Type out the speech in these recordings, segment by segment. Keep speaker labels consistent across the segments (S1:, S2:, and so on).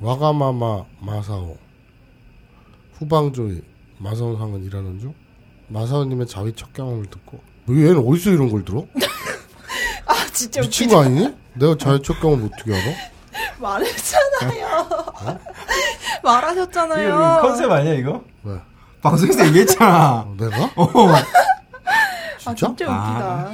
S1: 와가마마 마사오 후방조이 마사오상은 일하는 중 마사오님의 자위 첫 경험을 듣고 뭐 얘는 어디서 이런 걸 들어?
S2: 아 진짜
S1: 미친
S2: 웃기다.
S1: 거 아니니? 내가 자위 첫 경험 어떻게 알아?
S2: 말했잖아요.
S1: 어?
S3: 이거, 이거
S2: 말하셨잖아요.
S3: 컨셉 아니야 이거?
S1: 왜?
S3: 방송에서 얘기했잖아.
S1: 어, 내가?
S2: 아
S1: 진짜?
S2: 진짜 웃기다.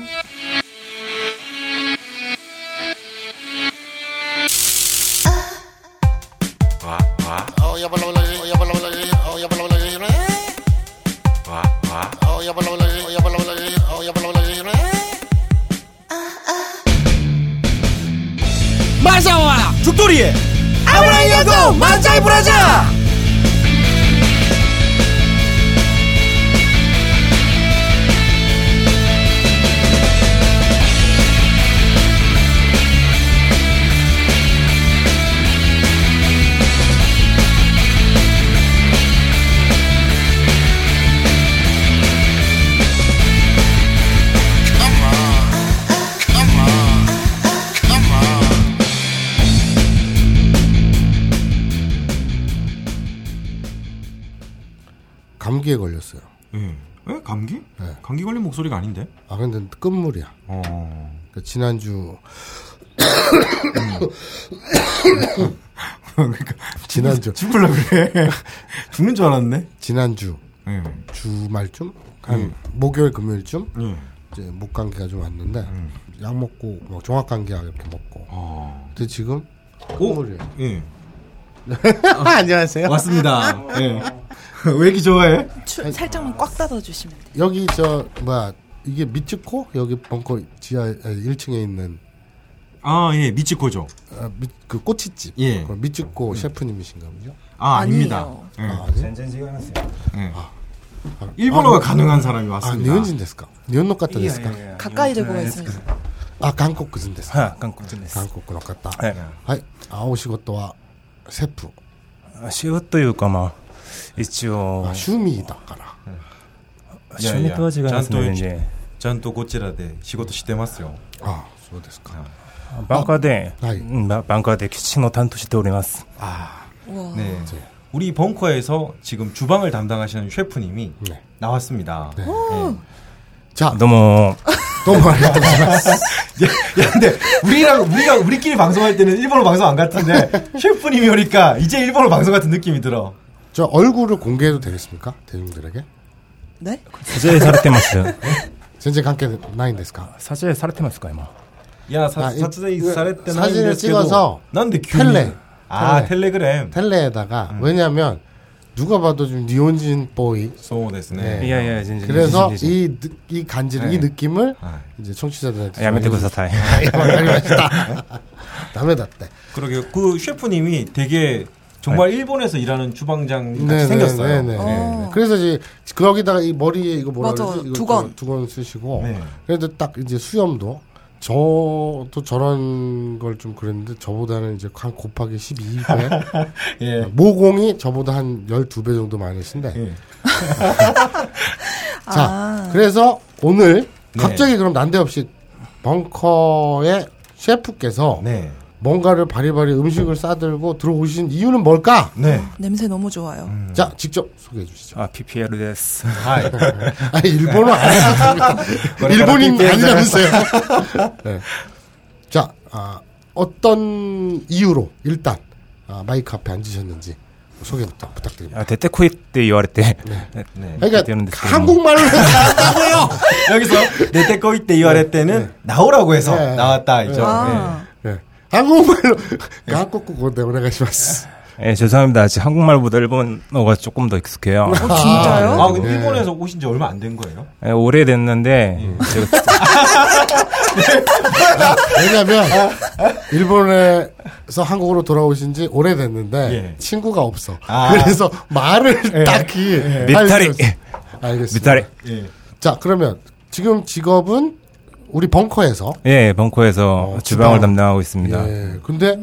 S3: 마사와 죽돌이의 아브라이야고 만자이 브라자.
S1: 감기에 걸렸어요.
S3: 예. 왜 감기?
S1: 네.
S3: 감기 걸린 목소리가 아닌데.
S1: 아 근데 끝물이야.
S3: 어.
S1: 그러니까 지난주
S3: 그러니까
S1: 지난주
S3: 죽을라 그래. 죽는 줄 알았네.
S1: 지난주
S3: 예.
S1: 주말쯤 한 목요일 금요일쯤
S3: 예.
S1: 이제 목 감기가 좀 왔는데 약 먹고 뭐 종합 감기약 이렇게 먹고
S3: 어.
S1: 근데 지금
S3: 오.
S1: 끝물이에요.
S3: 예.
S4: 안녕하세요.
S3: 왔습니다. 예. 왜 이렇게 좋아해?
S2: 추- 살짝만 꽉 닫아주시면 돼.
S1: 여기 저 뭐야 이게 미츠코 여기 벙커 지하 아, 1층에 있는
S3: 아, 예, 미치코죠.
S1: 아, 미- 그 꼬치집
S3: 예.
S1: 그 미츠코 셰프님이신가 보죠?
S2: 아니에요.
S3: 아, 아닙니다. 뭐, 예.
S5: 젠젠지가 하세요.
S3: 예. 일본어가 가능한 사람이
S1: 아
S3: 왔습니다. 예,
S1: 니은진 데스까? 니은노 같다 데스까?
S2: 가까이
S3: 네,
S2: 대고 있습니다.
S1: 아 한국 그진 데스.
S5: 하, 한국です。
S1: 한국 그노 같다.
S3: 예.
S5: はい。
S1: 하이 아오 시고또와 세프
S5: 仕事というかまあ、一応
S3: 음.
S1: 아, 、 슈미이다까라.
S3: 예,
S5: 趣味とは違いますね、全然。
S3: ちゃんとこちらで仕事してますよ。
S1: 아そうですか.
S5: バンカーで、
S1: はい
S5: うんババンカーで基地の担当しております。
S2: 우와.
S3: 네. 우리 벙커에서 지금 주방을 담당하시는 셰프님이
S1: 네.
S3: 나왔습니다. 네.
S1: 자뭐
S5: どうも、
S1: 너무 알겠다.
S3: 야, 근데 우리랑 우리가 우리끼리 방송할 때는 일본어 방송 안 같은데 셰프님이 오니까 이제 일본어 방송 같은 느낌이 들어.
S1: 저 얼굴을 공개해도 되겠습니까 대중들에게?
S2: 네?
S5: 撮影 されてます。
S1: 전쟁 관계 나인 데스까?
S5: 撮影されてますか、今。
S3: 야,
S1: 아,
S3: 사,
S1: 이-
S3: 사진이
S1: 이거
S3: 사랬대
S1: 사진을 찍어서
S3: 난데
S1: 텔레.
S3: 아,
S1: 텔레.
S3: 텔레그램.
S1: 텔레에다가
S3: 음.
S1: 왜냐하면 누가 봐도 좀 니혼진 보이.
S3: そうですね。
S1: 네.
S5: いやいや、全然。
S1: 그래서
S5: 全然
S1: 이 느- 이 간지를 이 느낌을
S3: 아.
S1: 이제 청취자들한테
S5: やめてください。
S1: 남해다때.
S3: 그러게요. 그 셰프님이 되게 정말 일본에서 일하는 주방장 같이
S1: 네,
S3: 생겼어요.
S1: 네,
S3: 네.
S1: 네. 그래서 이제 거기다가 이 머리에 이거 뭐라
S2: 맞아,
S1: 그러지? 이거
S2: 두건.
S1: 저- 두건 쓰시고
S3: 네.
S1: 그래도 딱 이제 수염도 저도 저런 걸 좀 그랬는데 저보다는 이제 한 곱하기 12배
S3: 예.
S1: 모공이 저보다 한 12배 정도 많으신데
S3: 예.
S1: 자
S3: 아.
S1: 그래서 오늘
S3: 네.
S1: 갑자기 그럼 난데없이 벙커의 셰프께서
S3: 네.
S1: 뭔가를 바리바리 음식을 싸들고 들어오신 이유는 뭘까?
S3: 네.
S2: 냄새 너무 좋아요.
S3: 음.
S1: 자 직접 소개해 주시죠.
S5: あ、PPL です。
S3: 하이.
S1: 아 일본어 아니야. 일본인
S3: 머리카락
S1: 아니라면서요. 네. 자 아, 어떤 이유로 일단 아, 마이크 앞에 앉으셨는지 소개부터 부탁드립니다.
S5: あ出てこいって言われて、
S3: 네.
S1: 그러니까 한국말로 한다고요.
S3: 여기서 내때꺼이 때 이와래 때는 나오라고 해서
S1: 네.
S3: 나왔다 이죠.
S2: 아,
S1: 네. 한국말로 그 한국 국어 때문에 가시마스.
S5: 예, 죄송합니다. 아직 한국말보다 일본어가 조금 더 익숙해요.
S2: 어, 진짜요?
S3: 아, 근데 일본에서 오신 지 얼마 안 된 거예요?
S5: 예, 오래됐는데,
S1: 예。
S5: 제가
S1: 왜냐하면 일본에서 한국으로 돌아오신 지 오래됐는데
S3: 예.
S1: 친구가 없어.
S3: 아.
S1: 그래서 말을 딱히 할
S5: 미타리.
S1: 수 없- 알겠습니다.
S5: 미타리,
S3: 예.
S1: 자 그러면 지금 직업은 우리 벙커에서
S5: 예, 벙커에서
S1: 어,
S5: 주방을
S1: 주방.
S5: 담당하고
S3: 네.
S5: 있습니다.
S1: 예 근데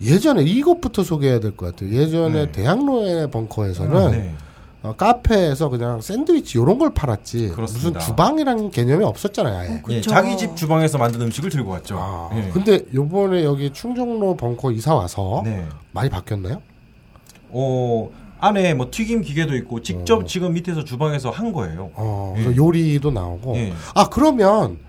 S1: 예전에 이것부터 소개해야 될 것 같아요 예전에 대학로의 벙커에서는
S3: 네.
S1: 어, 카페에서 그냥 샌드위치 이런 걸 팔았지
S3: 그렇습니다.
S1: 무슨 주방이라는 개념이 없었잖아요. 아예.
S3: 예,
S2: 그쵸.
S3: 자기 집 주방에서 만든 음식을 들고 왔죠.
S1: 아,
S3: 예.
S1: 근데 요번에 여기 충정로 벙커 이사 와서
S3: 네.
S1: 많이 바뀌었나요?
S3: 어, 안에 뭐 튀김 기계도 있고 직접 지금 밑에서 주방에서 한 거예요.
S1: 어, 그래서
S3: 예.
S1: 요리도 나오고.
S3: 예.
S1: 아 그러면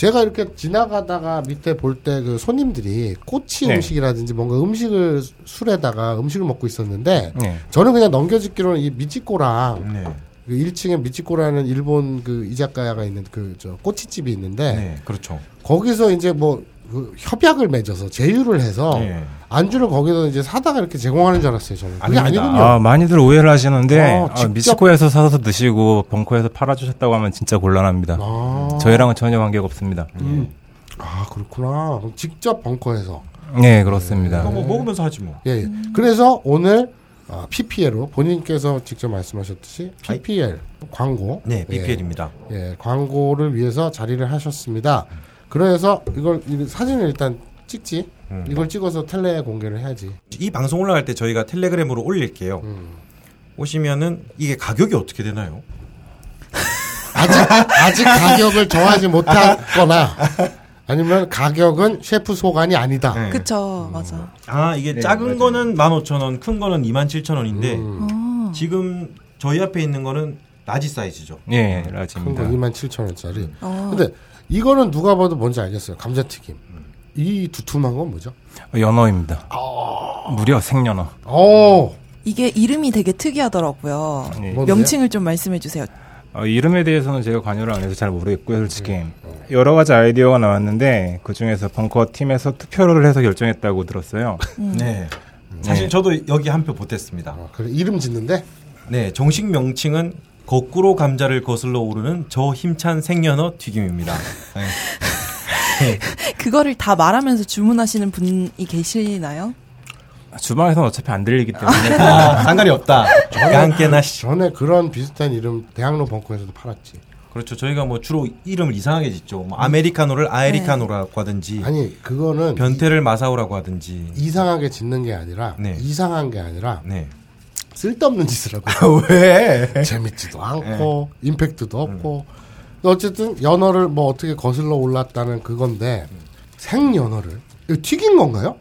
S1: 제가 이렇게 지나가다가 밑에 볼 때 그 손님들이 꼬치
S5: 네.
S1: 음식이라든지 뭔가 음식을 술에다가 음식을 먹고 있었는데
S5: 네.
S1: 저는 그냥 넘겨짓기로는 이 미찌꼬랑
S3: 네.
S1: 그 1층에 미찌꼬라는 일본 그 이자카야가 있는 그 저 꼬치집이 있는데
S3: 네, 그렇죠.
S1: 거기서 이제 뭐 그 협약을 맺어서 제휴를 해서
S3: 예.
S1: 안주를 거기서 이제 사다가 이렇게 제공하는 줄 알았어요 저는 그게
S3: 아닙니다.
S1: 아니군요.
S5: 아, 많이들 오해를 하시는데
S1: 어,
S5: 아,
S1: 직접-
S5: 미치코에서 사서 드시고 벙커에서 팔아주셨다고 하면 진짜 곤란합니다.
S1: 아.
S5: 저희랑은 전혀 관계가 없습니다.
S1: 음. 아 그렇구나. 그럼 직접 벙커에서.
S5: 네, 그렇습니다.
S3: 그거 뭐 먹으면서 하지 뭐.
S1: 예. 예. 그래서 오늘 아, PPL로 본인께서 직접 말씀하셨듯이
S3: 아이.
S1: PPL 광고.
S3: 네,
S1: 예.
S3: BPL입니다.
S1: 예, 광고를 위해서 자리를 하셨습니다. 그래서 이걸 이 사진을 일단 찍지.
S3: 음.
S1: 이걸 찍어서 텔레 공개를 해야지.
S3: 이 방송 올라갈 때 저희가 텔레그램으로 올릴게요. 오시면은 이게 가격이 어떻게 되나요?
S1: 아직 아직 가격을 정하지 못하거나 아니면 가격은 셰프 소관이 아니다.
S3: 네.
S2: 그쵸, 맞아.
S3: 아 이게 작은 거는 15,000원, 큰 거는 27,000원인데
S2: 어.
S3: 지금 저희 앞에 있는 거는 라지 사이즈죠.
S5: 예,
S1: 큰 거
S5: 라지입니다.
S1: 2만 7천 뭐 원짜리.
S2: 어.
S1: 근데 이거는 누가 봐도 뭔지 알겠어요. 감자튀김. 이 두툼한 건 뭐죠? 아.
S5: 연어입니다. 무려 생연어.
S1: 어,
S2: 이게 이름이 되게 특이하더라고요.
S5: 네.
S1: 뭔데요?
S2: 명칭을 좀 말씀해 주세요.
S5: 어, 이름에 대해서는 제가 관여를 안 해서 잘 모르겠고요, 솔직히.
S1: 네.
S5: 여러 가지 아이디어가 나왔는데, 그 중에서 벙커 팀에서 투표를 해서 결정했다고 들었어요.
S3: 네. 사실 저도 여기 한 표 보탰습니다.
S1: 아, 그래 이름 짓는데
S3: 네, 정식 명칭은 거꾸로 감자를 거슬러 오르는 저 힘찬 생연어 튀김입니다. 네.
S2: 그거를 다 말하면서 주문하시는 분이 계시나요?
S5: 주방에서는 어차피 안 들리기 때문에.
S3: 아, 상관이 없다. 함께나 씨.
S1: 전에 그런 비슷한 이름 대학로 벙커에서도 팔았지.
S3: 그렇죠. 저희가 뭐 주로 이름을 이상하게 짓죠. 뭐 아메리카노를 아에리카노라고 하든지
S1: 네. 아니 그거는
S3: 변태를 마사오라고 하든지.
S1: 이상하게 짓는 게 아니라
S3: 네.
S1: 이상한 게 아니라
S3: 네.
S1: 쓸데없는 짓을 하고
S3: 왜?
S5: 네.
S1: 재밌지도 않고 임팩트도 없고 어쨌든 연어를 뭐 어떻게 거슬러 올랐다는 그건데 생 연어를 이거 튀긴 건가요?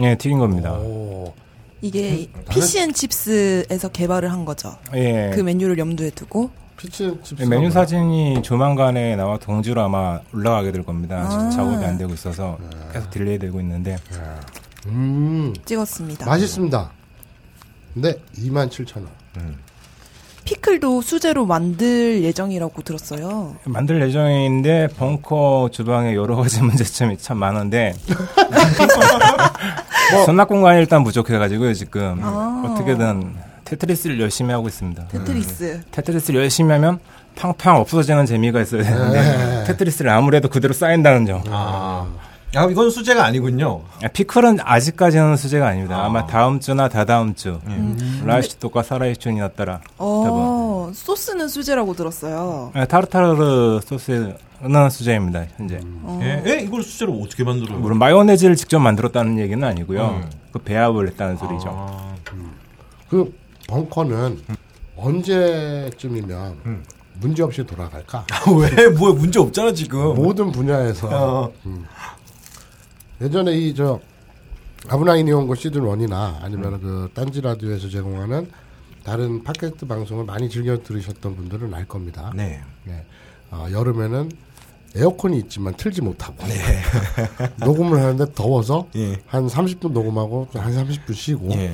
S5: 예, 튀긴 겁니다.
S1: 오,
S2: 이게
S3: 네.
S2: 피시앤칩스에서 개발을 한 거죠.
S5: 예.
S2: 그 메뉴를 염두에 두고
S1: 피치 칩스
S5: 예, 메뉴 사진이 조만간에 나와 동주로 아마 올라가게 될 겁니다.
S2: 아. 네.
S5: 지금 작업이 안 되고 있어서 계속 딜레이 되고 있는데.
S1: 음
S2: 찍었습니다.
S1: 맛있습니다. 근데 27,000원.
S2: 피클도 수제로 만들 예정이라고 들었어요.
S5: 만들 예정인데 벙커 주방에 여러 가지 문제점이 참 많은데 전납공간이 일단 부족해가지고요 지금
S2: 뭐 아.
S5: 어떻게든 테트리스를 열심히 하고 있습니다.
S2: 테트리스.
S5: 음. 테트리스를 열심히 하면 팡팡 없어지는 재미가 있어야 되는데
S2: 네.
S5: 테트리스를 아무래도 그대로 쌓인다는 점.
S3: 아. 야, 이건 수제가 아니군요.
S5: 피클은 아직까지는 수제가 아닙니다. 아마 다음 주나 다다음 주 예. 라이슈토가 사라이슈니나 따라
S2: 어, 소스는 수제라고 들었어요.
S5: 네, 타르타르 소스는 수제입니다 현재.
S2: 음.
S3: 예? 예? 이걸 수제로 어떻게 만들어요?
S5: 물론 마요네즈를 직접 만들었다는 얘기는 아니고요.
S2: 음.
S5: 그 배합을 했다는 소리죠.
S3: 아,
S1: 그 벙커는 언제쯤이면 문제 없이 돌아갈까?
S3: 왜? 뭐야, 문제 없잖아, 지금.
S1: 모든 분야에서 음.
S3: 어,
S1: 예전에 이 저 아브나인 이온고 시즌 1이나 아니면 그 딴지 라디오에서 제공하는 다른 팟캐스트 방송을 많이 즐겨 들으셨던 분들은 알 겁니다.
S3: 네.
S1: 네. 어, 여름에는 에어컨이 있지만 틀지 못하고 녹음을 하는데 더워서
S3: 예.
S1: 한 30분 녹음하고 한 30분 쉬고
S3: 예.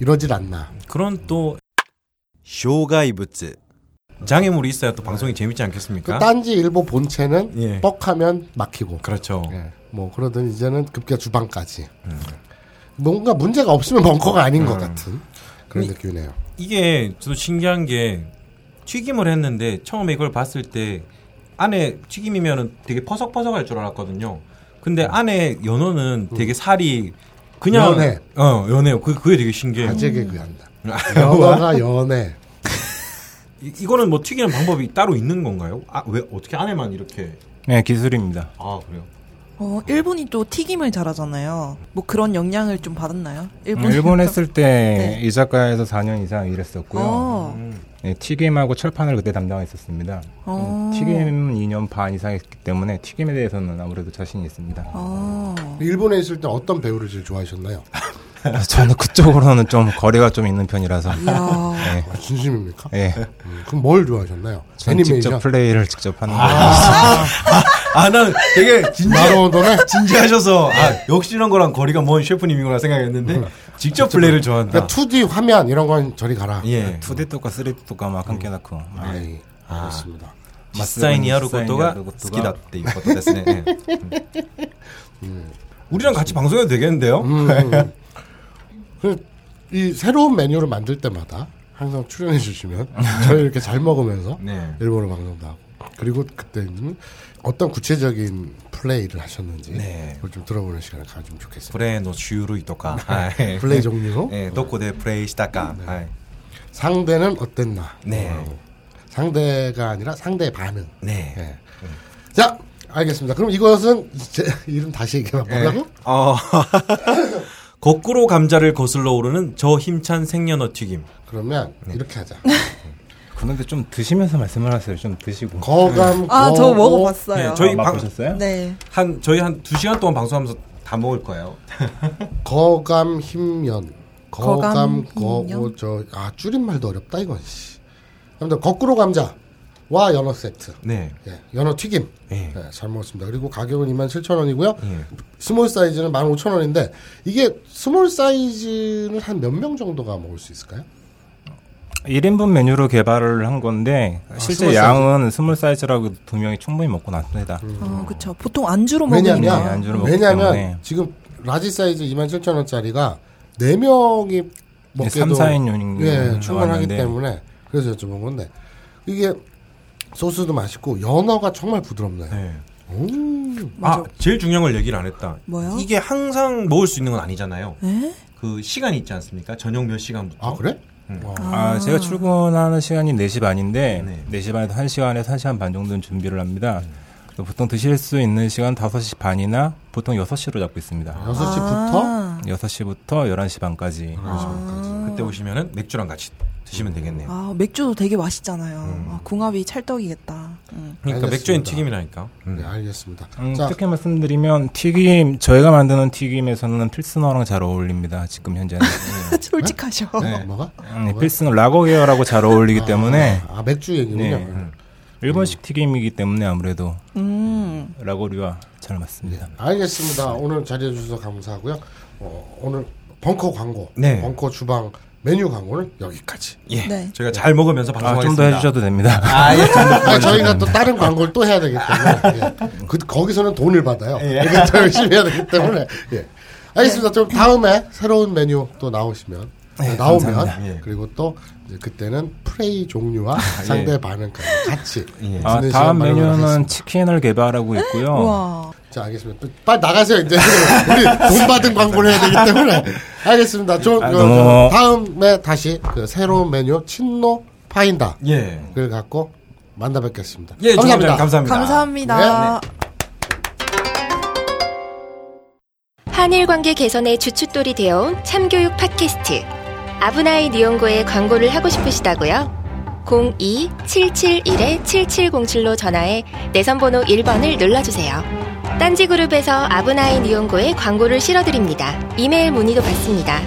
S1: 이러질 않나.
S3: 그런 또 쇼가이부츠 장애물이 있어야 또 방송이 재밌지
S1: 그
S3: 않겠습니까?
S1: 딴지 일보 본체는
S3: 그러니까? 예.
S1: 뻑하면 막히고
S3: 그렇죠.
S1: 예. 뭐 그러던 이제는 급기야 주방까지 음. 뭔가 문제가 없으면 벙커가 아닌 것 같은 그런 느낌이네요.
S3: 이게 저도 신기한 게 튀김을 했는데 처음에 이걸 봤을 때 안에 튀김이면은 되게 퍼석퍼석할 줄 알았거든요. 근데 안에 연어는 되게 살이 그냥
S1: 연해.
S3: 어 연해요. 그 그게 되게 신기해요.
S1: 아재 개그한다.
S3: 아,
S1: 연어가 연애.
S3: 이- 이거는 뭐 튀기는 방법이 따로 있는 건가요? 아 왜 어떻게 안에만 이렇게?
S5: 네, 기술입니다.
S3: 아 그래요.
S2: 어, 일본이 또 튀김을 잘하잖아요. 뭐 그런 영향을 좀 받았나요? 일본
S5: 음, 일본 했을 때
S2: 네.
S5: 이 작가에서 4년 이상 일했었고요.
S2: 어,
S3: 음.
S5: 네, 튀김하고 철판을 그때 담당했었습니다.
S2: 어.
S5: 음, 튀김은 2년 반 이상 했기 때문에 튀김에 대해서는 아무래도 자신이 있습니다.
S2: 어.
S1: 일본에 있을 때 어떤 배우를 제일 좋아하셨나요?
S5: 그래서 저는 그쪽으로는 좀 거리가 좀 있는 편이라서
S2: 이야.
S5: 네,
S1: 아, 진심입니까?
S5: 예,
S1: 음, 그럼 뭘 좋아하셨나요?
S5: 저는 직접
S1: 애니메이션.
S5: 플레이를 직접 하는
S3: 아, 난 되게 진짜
S1: 나로도네
S3: 진지하셔서 아, 역시 이런 거랑 거리가 먼 셰프님이구나 생각했는데 직접 플레이를 좋아한다.
S1: 그러니까 그 2D 화면 이런 건 저리 가라.
S3: 어. 예.
S5: 2D도가 3D도가 막 함께 놓고
S1: 아이, 예. 그렇습니다.
S3: 実際にやることが好きだっていうことですね。ええ 음. 우리랑 같이 방송해도
S1: 예.
S3: 되겠는데요?
S1: 음. 그이 새로운 메뉴를 만들 때마다 항상 출연해 주시면 저희 이렇게 잘 먹으면서
S3: 네.
S1: 일본어 방송도 하고 그리고 그때는 어떤 구체적인 플레이를 하셨는지
S3: 네.
S1: 그걸 좀 들어보는 시간을 가지면 좋겠습니다.
S3: プレイの種類とか、はい、
S1: 아, 플레이 종류 음, 네.
S3: ええどこでプレイしたか、はい、
S1: 상대는 어땠나
S3: 네.
S1: 어, 상대가 아니라 상대의 반응 예.
S3: ね
S1: 자 알겠습니다. 그럼 이것은 제 이름 다시 얘기해
S3: え、ええ
S1: 보려고
S3: 어 거꾸로 감자를 거슬러 오르는 저 힘찬 생연어 튀김.
S1: 그러면
S3: 네.
S1: 이렇게 하자.
S5: 그런데 좀 드시면서 말씀을 하세요. 좀 드시고.
S1: 거감
S2: 아, 저
S1: 거오.
S2: 먹어봤어요.
S3: 네, 저희
S5: 아,
S3: 방-
S5: 맛보셨어요?
S2: 네.
S3: 한 저희 한 두 시간 동안 방송하면서 다 먹을 거예요.
S1: 거감 힘면 거감
S2: 거감,
S1: 거고
S2: 힘면?
S1: 저아 줄임말도 어렵다 이건 씨. 아무튼 거꾸로 감자와 연어 세트.
S3: 네.
S1: 예, 연어 튀김.
S3: 예.
S1: 예, 잘 먹었습니다. 그리고 가격은 27,000원이고요.
S3: 예.
S1: 스몰 사이즈는 15,000원인데 이게 스몰 사이즈는 한 몇 명 정도가 먹을 수 있을까요?
S5: 1인분 메뉴로 개발을 한 건데 실제
S1: 스몰 사이즈.
S5: 양은 아, 스몰 사이즈라고 두 명이 충분히 먹고 났습니다.
S3: 음.
S2: 어, 그쵸. 보통 안주로
S1: 왜냐면
S5: 네,
S2: 먹으니까.
S5: 안주로 먹기 때문에.
S1: 왜냐면 지금 라지 사이즈 27,000원짜리가 네명이 먹게도
S5: 삼, 사인용이 그
S1: 예, 충분하기
S5: 나왔는데.
S1: 때문에 그래서 여쭤본 건데 이게 소스도 맛있고 연어가 정말 부드럽네요.
S3: 네.
S1: 오,
S3: 아 제일 중요한 걸 얘기를 안 했다.
S2: 뭐요?
S3: 이게 항상 먹을 수 있는 건 아니잖아요.
S2: 에?
S3: 그 시간 있지 않습니까? 저녁 몇 시간부터.
S5: 어?
S1: 아 그래? 와.
S5: 아, 제가 출근하는 시간이 4시 반인데
S3: 네.
S5: 4시 반에서 1시간에서 1시간 반 정도는 준비를 합니다. 그래서 보통 드실 수 있는 시간 5시 반이나 보통 6시로 잡고 있습니다.
S1: 6시부터
S2: 아.
S5: 6시부터 11시 반까지.
S3: 그때 오시면은 맥주랑 같이 드시면 되겠네요.
S2: 아, 맥주도 되게 맛있잖아요.
S5: 음.
S2: 아, 궁합이 찰떡이겠다. 음.
S3: 그러니까
S1: 알겠습니다.
S3: 맥주엔 튀김이라니까. 음.
S1: 네, 알겠습니다.
S5: 음,
S1: 자,
S5: 특히 말씀드리면 튀김 저희가 만드는 튀김에서는 필스너랑 잘 어울립니다. 지금 현재는 네.
S2: 솔직하셔.
S1: 어, 뭐가?
S5: 음, 필스너 라거 계열하고 잘 어울리기 때문에
S1: 아 맥주 얘기군요.
S5: 네. 일본식 튀김이기 때문에 아무래도
S2: 음.
S5: 라거류와 잘 맞습니다.
S3: 네.
S1: 알겠습니다. 오늘 자리해 주셔서 감사하고요. 어, 오늘 벙커 광고,
S3: 네.
S1: 벙커 주방 메뉴 광고는 여기까지.
S3: 예.
S2: 네.
S3: 저희가 잘 먹으면서
S5: 아,
S3: 방송하겠습니다.
S5: 좀 더 해주셔도 됩니다.
S3: 아, 예. 좀 더.
S1: 아, 저희가 또 다른 광고를 또 해야 되기 때문에 예. 그, 거기서는 돈을 받아요.
S5: 예.
S1: 그러니까 더 열심히 해야 되기 때문에 예. 알겠습니다. 좀 다음에 새로운 메뉴 또 나오시면
S5: 네,
S1: 나오면
S5: 감사합니다. 예.
S3: 예.
S1: 그리고 또 이제 그때는 프레이 종류와 상대 반응까지 같이
S3: 예.
S5: 아,
S1: 듣는 시간
S5: 다음
S1: 마련을
S5: 메뉴는
S1: 하겠습니다.
S5: 치킨을 개발하고 있고요.
S2: 우와.
S1: 자 알겠습니다. 또 빨리 나가세요 이제 우리 돈 받은 광고를 해야 되기 때문에 알겠습니다. 좀
S5: 아,
S1: 그,
S5: 너무-
S1: 다음에 다시 그 새로운 메뉴 친노 파인다
S3: 예.
S1: 를 갖고 만나 뵙겠습니다.
S3: 예,
S1: 감사합니다.
S3: 감사합니다.
S5: 네.
S3: 감사합니다.
S2: 감사합니다.
S6: 한일 관계 개선의 주춧돌이 되어온 참교육 팟캐스트 아브나이 니온고에 광고를 하고 싶으시다고요? 02-771-7707로 전화해 내선번호 1번을 눌러주세요. 딴지그룹에서 아브나이 니온고에 광고를 실어드립니다. 이메일 문의도 받습니다.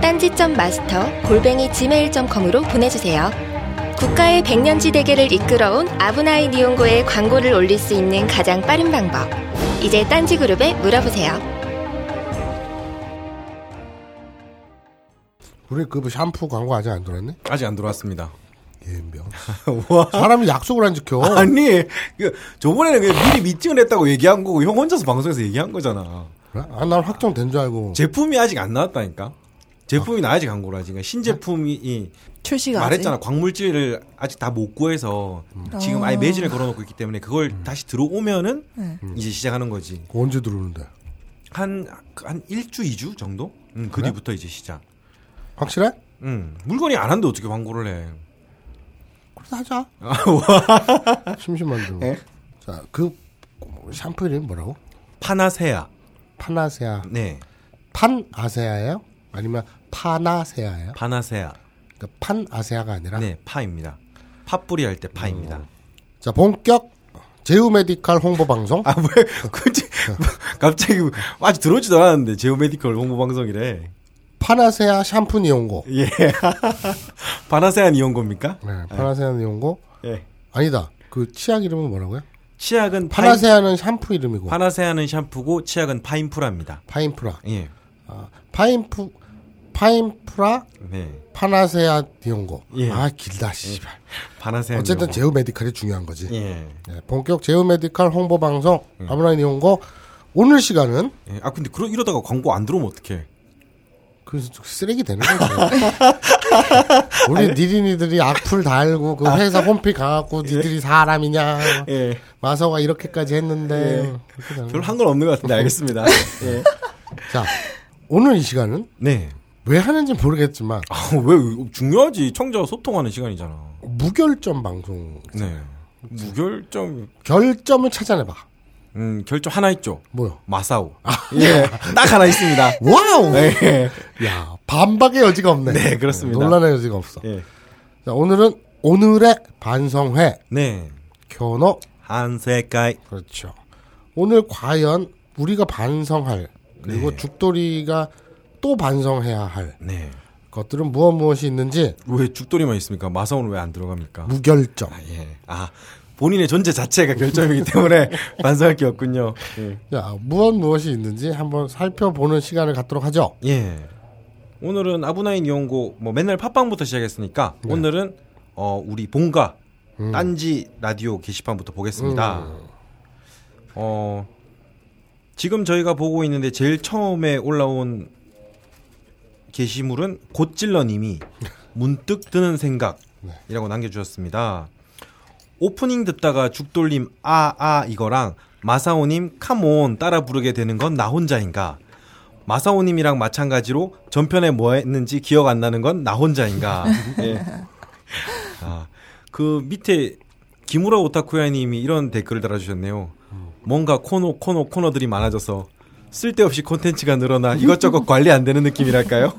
S6: 딴지점 마스터 골뱅이 gmail.com으로 보내주세요. 국가의 백년지 대계를 이끌어온 아브나이 니온고에 광고를 올릴 수 있는 가장 빠른 방법. 이제 딴지그룹에 물어보세요.
S1: 우리 그 샴푸 광고 아직 안 돌았네?
S3: 아직 안 들어왔습니다.
S1: 예명.
S3: 와.
S1: 사람이 약속을 안 지켜.
S3: 아니, 그, 저번에는 그냥 미리 미팅을 했다고 얘기한 거고, 형 혼자서 방송에서 얘기한 거잖아.
S1: 그래? 아, 난 확정된 줄 알고.
S3: 제품이 아직 안 나왔다니까? 제품이 나야지 광고를 하지. 그러니까 신제품이, 이
S2: 출시가 아직?
S3: 말했잖아. 광물질을 아직 다 못 구해서, 지금 아예 매진을 걸어놓고 있기 때문에, 그걸 다시 들어오면은,
S2: 네.
S3: 이제 시작하는 거지.
S1: 그거 언제 들어오는데?
S3: 한, 한 1주, 2주 정도? 음, 그 뒤부터 이제 시작.
S1: 확실해?
S3: 음, 물건이 안 한데 어떻게 광고를 해.
S1: 그래서 하자.
S3: 아, 예?
S1: 심심한데. 자, 그 샴푸 이름 뭐라고?
S3: 파나세아.
S1: 파나세아.
S3: 네.
S1: 판아세아예요? 아니면 파나세아예요?
S3: 파나세아.
S1: 그러니까 판아세아가 아니라.
S3: 네, 파입니다. 파뿌리 할 때 파입니다.
S1: 자 본격 제우 메디칼 홍보 방송.
S3: 아, 왜, 굳이, 갑자기, 아직 들어오지도 않았는데, 제오메디컬 홍보방송이래.
S1: 파나세아 샴푸 이용고.
S3: 예. 바나세안 이용고입니까?
S1: 네, 파나세아 이용고.
S3: 예.
S1: 아니다. 그 치약 이름은 뭐라고요?
S3: 치약은 파나세...
S1: 파나세아는 샴푸 이름이고.
S3: 파나세안은 샴푸고, 치약은 파인프라입니다.
S1: 파인프라.
S3: 예.
S1: 아, 파인프 파인프라
S3: 네.
S1: 파나세아 디온고.
S3: 예.
S1: 아 길다 씨발.
S3: 바나세안.
S1: 어쨌든
S3: 이용고.
S1: 제우 메디칼이 중요한 거지.
S3: 예.
S1: 네, 본격 제우 메디칼 홍보 방송 아브라인 이용고. 오늘 시간은
S3: 예. 아, 근데, 그러, 이러다가 광고 안 들어오면 어떡해.
S1: 그래서 좀 쓰레기 되는 거죠. 우리 니린이들이 악플 달고 그 회사 홈피 가갖고 니들이 사람이냐
S3: 예.
S1: 마서가 이렇게까지 했는데 이렇게 되는
S3: 별로 한 건 없는 것 같은데, 알겠습니다. 예.
S1: 거죠. 자 오늘 이 시간은
S3: 네.
S1: 왜 하는지 모르겠지만
S3: 아, 왜, 중요하지. 청자와 소통하는 시간이잖아.
S1: 무결점 방송
S3: 네. 무결점,
S1: 결점을 찾아내봐
S3: 음, 결점 하나 있죠.
S1: 뭐요?
S3: 마사오. 예. 딱 하나 있습니다.
S1: 와우!
S3: 예.
S1: 야 반박의 여지가 없네.
S3: 네, 그렇습니다.
S1: 논란의 여지가 없어.
S3: 예.
S1: 자 오늘은 오늘의 반성회
S3: 네.
S1: 견어
S3: 한세가이.
S1: 그렇죠. 오늘 과연 우리가 반성할 그리고 죽돌이가 또 반성해야 할
S3: 네.
S1: 것들은 무엇 무엇이 있는지
S3: 왜 죽돌이만 있습니까? 마사오는 왜 안 들어갑니까?
S1: 무결점.
S3: 예. 아, 본인의 존재 자체가 결점이기 때문에 반성할 게 없군요. 예.
S1: 자, 무엇 무엇이 있는지 한번 살펴보는 시간을 갖도록 하죠.
S3: 예. 오늘은 아부나인 이용고 뭐 맨날 팟빵부터 시작했으니까 오늘은 어 우리 본가 딴지 라디오 게시판부터 보겠습니다. 어 지금 저희가 보고 있는데 제일 처음에 올라온 게시물은 곧질러 님이 문득 드는 생각이라고 남겨 주셨습니다. 오프닝 듣다가 죽돌님 아아 이거랑 마사오님 카몬 따라 부르게 되는 건 나 혼자인가? 마사오님이랑 마찬가지로 전편에 뭐 했는지 기억 안 나는 건 나 혼자인가? 예. 아, 그 밑에 김우라 오타쿠야님이 이런 댓글을 달아주셨네요. 뭔가 코너 코너 코너들이 많아져서 쓸데없이 콘텐츠가 늘어나 이것저것 관리 안 되는 느낌이랄까요?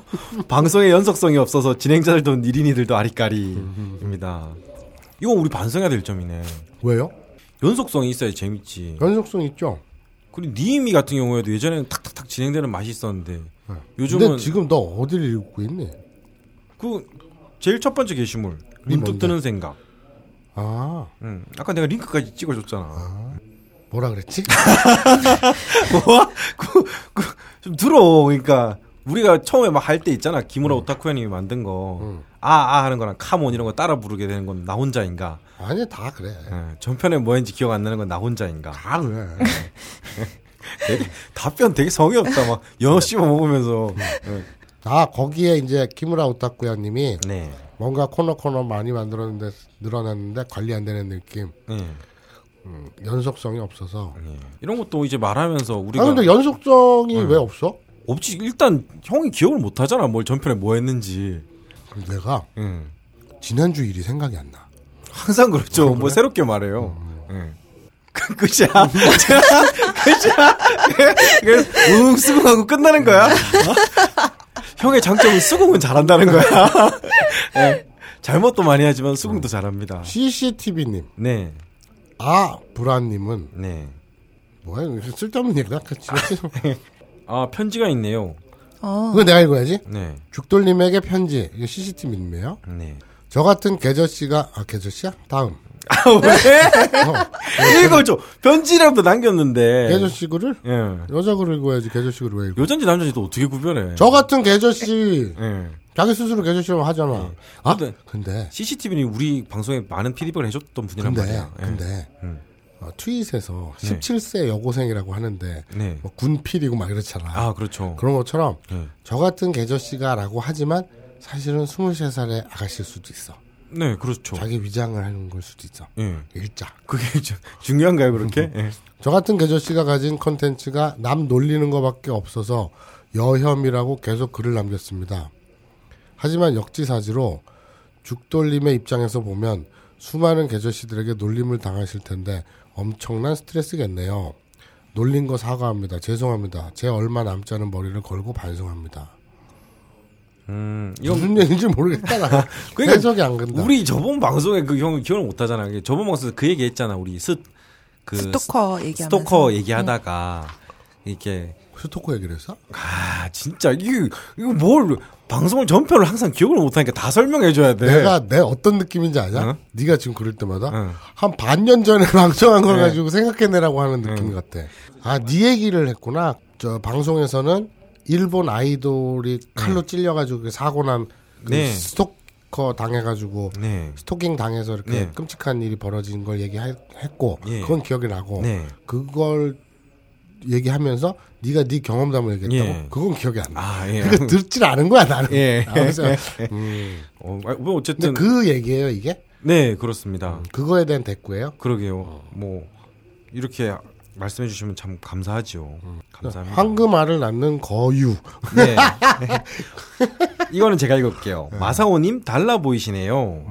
S3: 방송의 연속성이 없어서 진행자들도 니린이들도 아리까리입니다. 이거 우리 반성해야 될 점이네.
S1: 왜요?
S3: 연속성이 있어야 재밌지.
S1: 연속성 있죠.
S3: 그리고 니이미 같은 경우에도 예전에는 탁탁탁 진행되는 맛이 있었는데
S1: 네. 근데
S3: 요즘은
S1: 지금 너 어디를 읽고 있니?
S3: 그 제일 첫 번째 게시물
S1: 뭔데?
S3: 문득 드는 생각.
S1: 아,
S3: 음, 아까 내가 링크까지 찍어줬잖아.
S1: 뭐라 그랬지?
S3: 뭐? 그, 그, 좀 들어. 그러니까 우리가 처음에 막 할 때 있잖아. 김우라 오타쿠야님이 만든 거. 아, 아 하는 거랑 카몬 이런 거 따라 부르게 되는 건 나 혼자인가.
S1: 아니, 다 그래.
S3: 예, 전편에 뭐 했는지 기억 안 나는 건 나 혼자인가.
S1: 다 그래.
S3: 되게, 답변 되게 성의 없다. 막 연어 씹어 먹으면서. 예.
S1: 아, 거기에 이제 키무라 오타쿠야 님이
S3: 네.
S1: 뭔가 코너 코너 많이 만들었는데 늘어났는데 관리 안 되는 느낌. 음,
S3: 예.
S1: 연속성이 없어서.
S3: 예. 이런 것도 이제 말하면서
S1: 아
S3: 우리가
S1: 근데 연속성이 왜 없어?
S3: 없지 일단 형이 기억을 못 하잖아 뭘 전편에 뭐 했는지
S1: 그럼 내가
S3: 예.
S1: 지난주 일이 생각이 안 나.
S3: 항상 그렇죠.
S1: 아,
S3: 뭐 새롭게 말해요. 예.
S1: 음.
S3: 그, 끝이야. 끝이야. 그래서 예. 웅 수긍하고 끝나는 거야. 어? 형의 장점은 수긍은 잘한다는 거야. 예. 잘못도 많이 하지만 수긍도 잘합니다.
S1: CCTV님,
S3: 네,
S1: 아 브라님은
S3: 네.
S1: 뭐야 이거 쓸데없는 얘기다. 그 같이
S3: 아 편지가 있네요.
S7: 아,
S1: 그거 내가 읽어야지.
S3: 네,
S1: 죽돌님에게 편지. 이거 CCTV님이에요.
S3: 네.
S1: 저 같은 계저 씨가 아 계저 씨야? 다음.
S3: 아 왜? 읽어줘. 편지라도 남겼는데.
S1: 계저 씨 글을
S3: 예.
S1: 여자 글을 읽어야지. 계저 씨 글을 왜 읽어?
S3: 여잔지 남잔지도 어떻게 구별해?
S1: 저 같은 계저 씨
S3: 예.
S1: 자기 스스로 계저 씨라고 하잖아. 아
S3: 네. 근데-
S1: 근데
S3: CCTV는 우리 방송에 많은 피드백을 해줬던 분이란
S1: 근데
S3: 말이야. 예.
S1: 근데
S3: 음.
S1: 어, 트윗에서
S3: 네.
S1: 17세 여고생이라고 하는데
S3: 네.
S1: 뭐 군필이고 막 이렇잖아.
S3: 아, 그렇죠.
S1: 그런 것처럼
S3: 네.
S1: 저 같은 계저 씨가라고 하지만 사실은 23살의 아가씨일 수도 있어.
S3: 네, 그렇죠.
S1: 자기 위장을 하는 걸 수도 있어.
S3: 예.
S1: 일자.
S3: 그게 주- 중요한가요, 그렇게? 예.
S1: 저 같은 계저 씨가 가진 컨텐츠가 남 놀리는 것밖에 없어서 여혐이라고 계속 글을 남겼습니다. 하지만 역지사지로 죽돌림의 입장에서 보면 수많은 계저 씨들에게 놀림을 당하실 텐데 엄청난 스트레스겠네요. 놀린 거 사과합니다. 죄송합니다. 제 얼마 남지 않은 머리를 걸고 반성합니다.
S3: 음, 이건
S1: 무슨 얘기인지 모르겠다. 나.
S3: 그러니까
S1: 해석이 안 간다.
S3: 우리 저번 방송에 그 형 기억을 못 하잖아. 이게 저번 방송에서 그 얘기 했잖아. 우리 스, 그
S2: 스토커 얘기하면서 네.
S3: 스토커 얘기하다가 이렇게
S1: 스토커 얘기를 했어?
S3: 아 진짜 이거 이거 뭘 방송을 전편을 항상 기억을 못 하니까 다 설명해 줘야 돼.
S1: 내가 내 어떤 느낌인지 아냐?
S3: 응?
S1: 네가 지금 그럴 때마다
S3: 응.
S1: 한 반년 전에 방송한 걸
S3: 어. 네. 음.
S1: 가지고 생각해내라고 하는 느낌 같아. 아, 네 얘기를 했구나. 저 방송에서는 일본 아이돌이 칼로 찔려가지고 그 사고 난그
S3: 네.
S1: 스토커 당해가지고
S3: 네.
S1: 스토킹 당해서 이렇게
S3: 네.
S1: 끔찍한 일이 벌어진 걸 얘기했고
S3: 예.
S1: 그건 기억이 나고
S3: 네.
S1: 그걸 얘기하면서 네가 네 경험담을 얘기했다고
S3: 예.
S1: 그건 기억이 안 나.
S3: 아 예.
S1: 그러니까 듣질 않은 거야 나는.
S3: 예.
S1: 아, 그래서, 음.
S3: 어, 아, 뭐
S1: 근데
S3: 어쨌든
S1: 그 얘기예요 이게?
S3: 네 그렇습니다.
S1: 그거에 대한 대꾸예요?
S3: 그러게요. 뭐 이렇게 말씀해 주시면 참 감사하죠. 감사합니다.
S1: 황금알을 낳는 거유.
S3: 네. 이거는 제가 읽을게요. 마사오님 달라 보이시네요.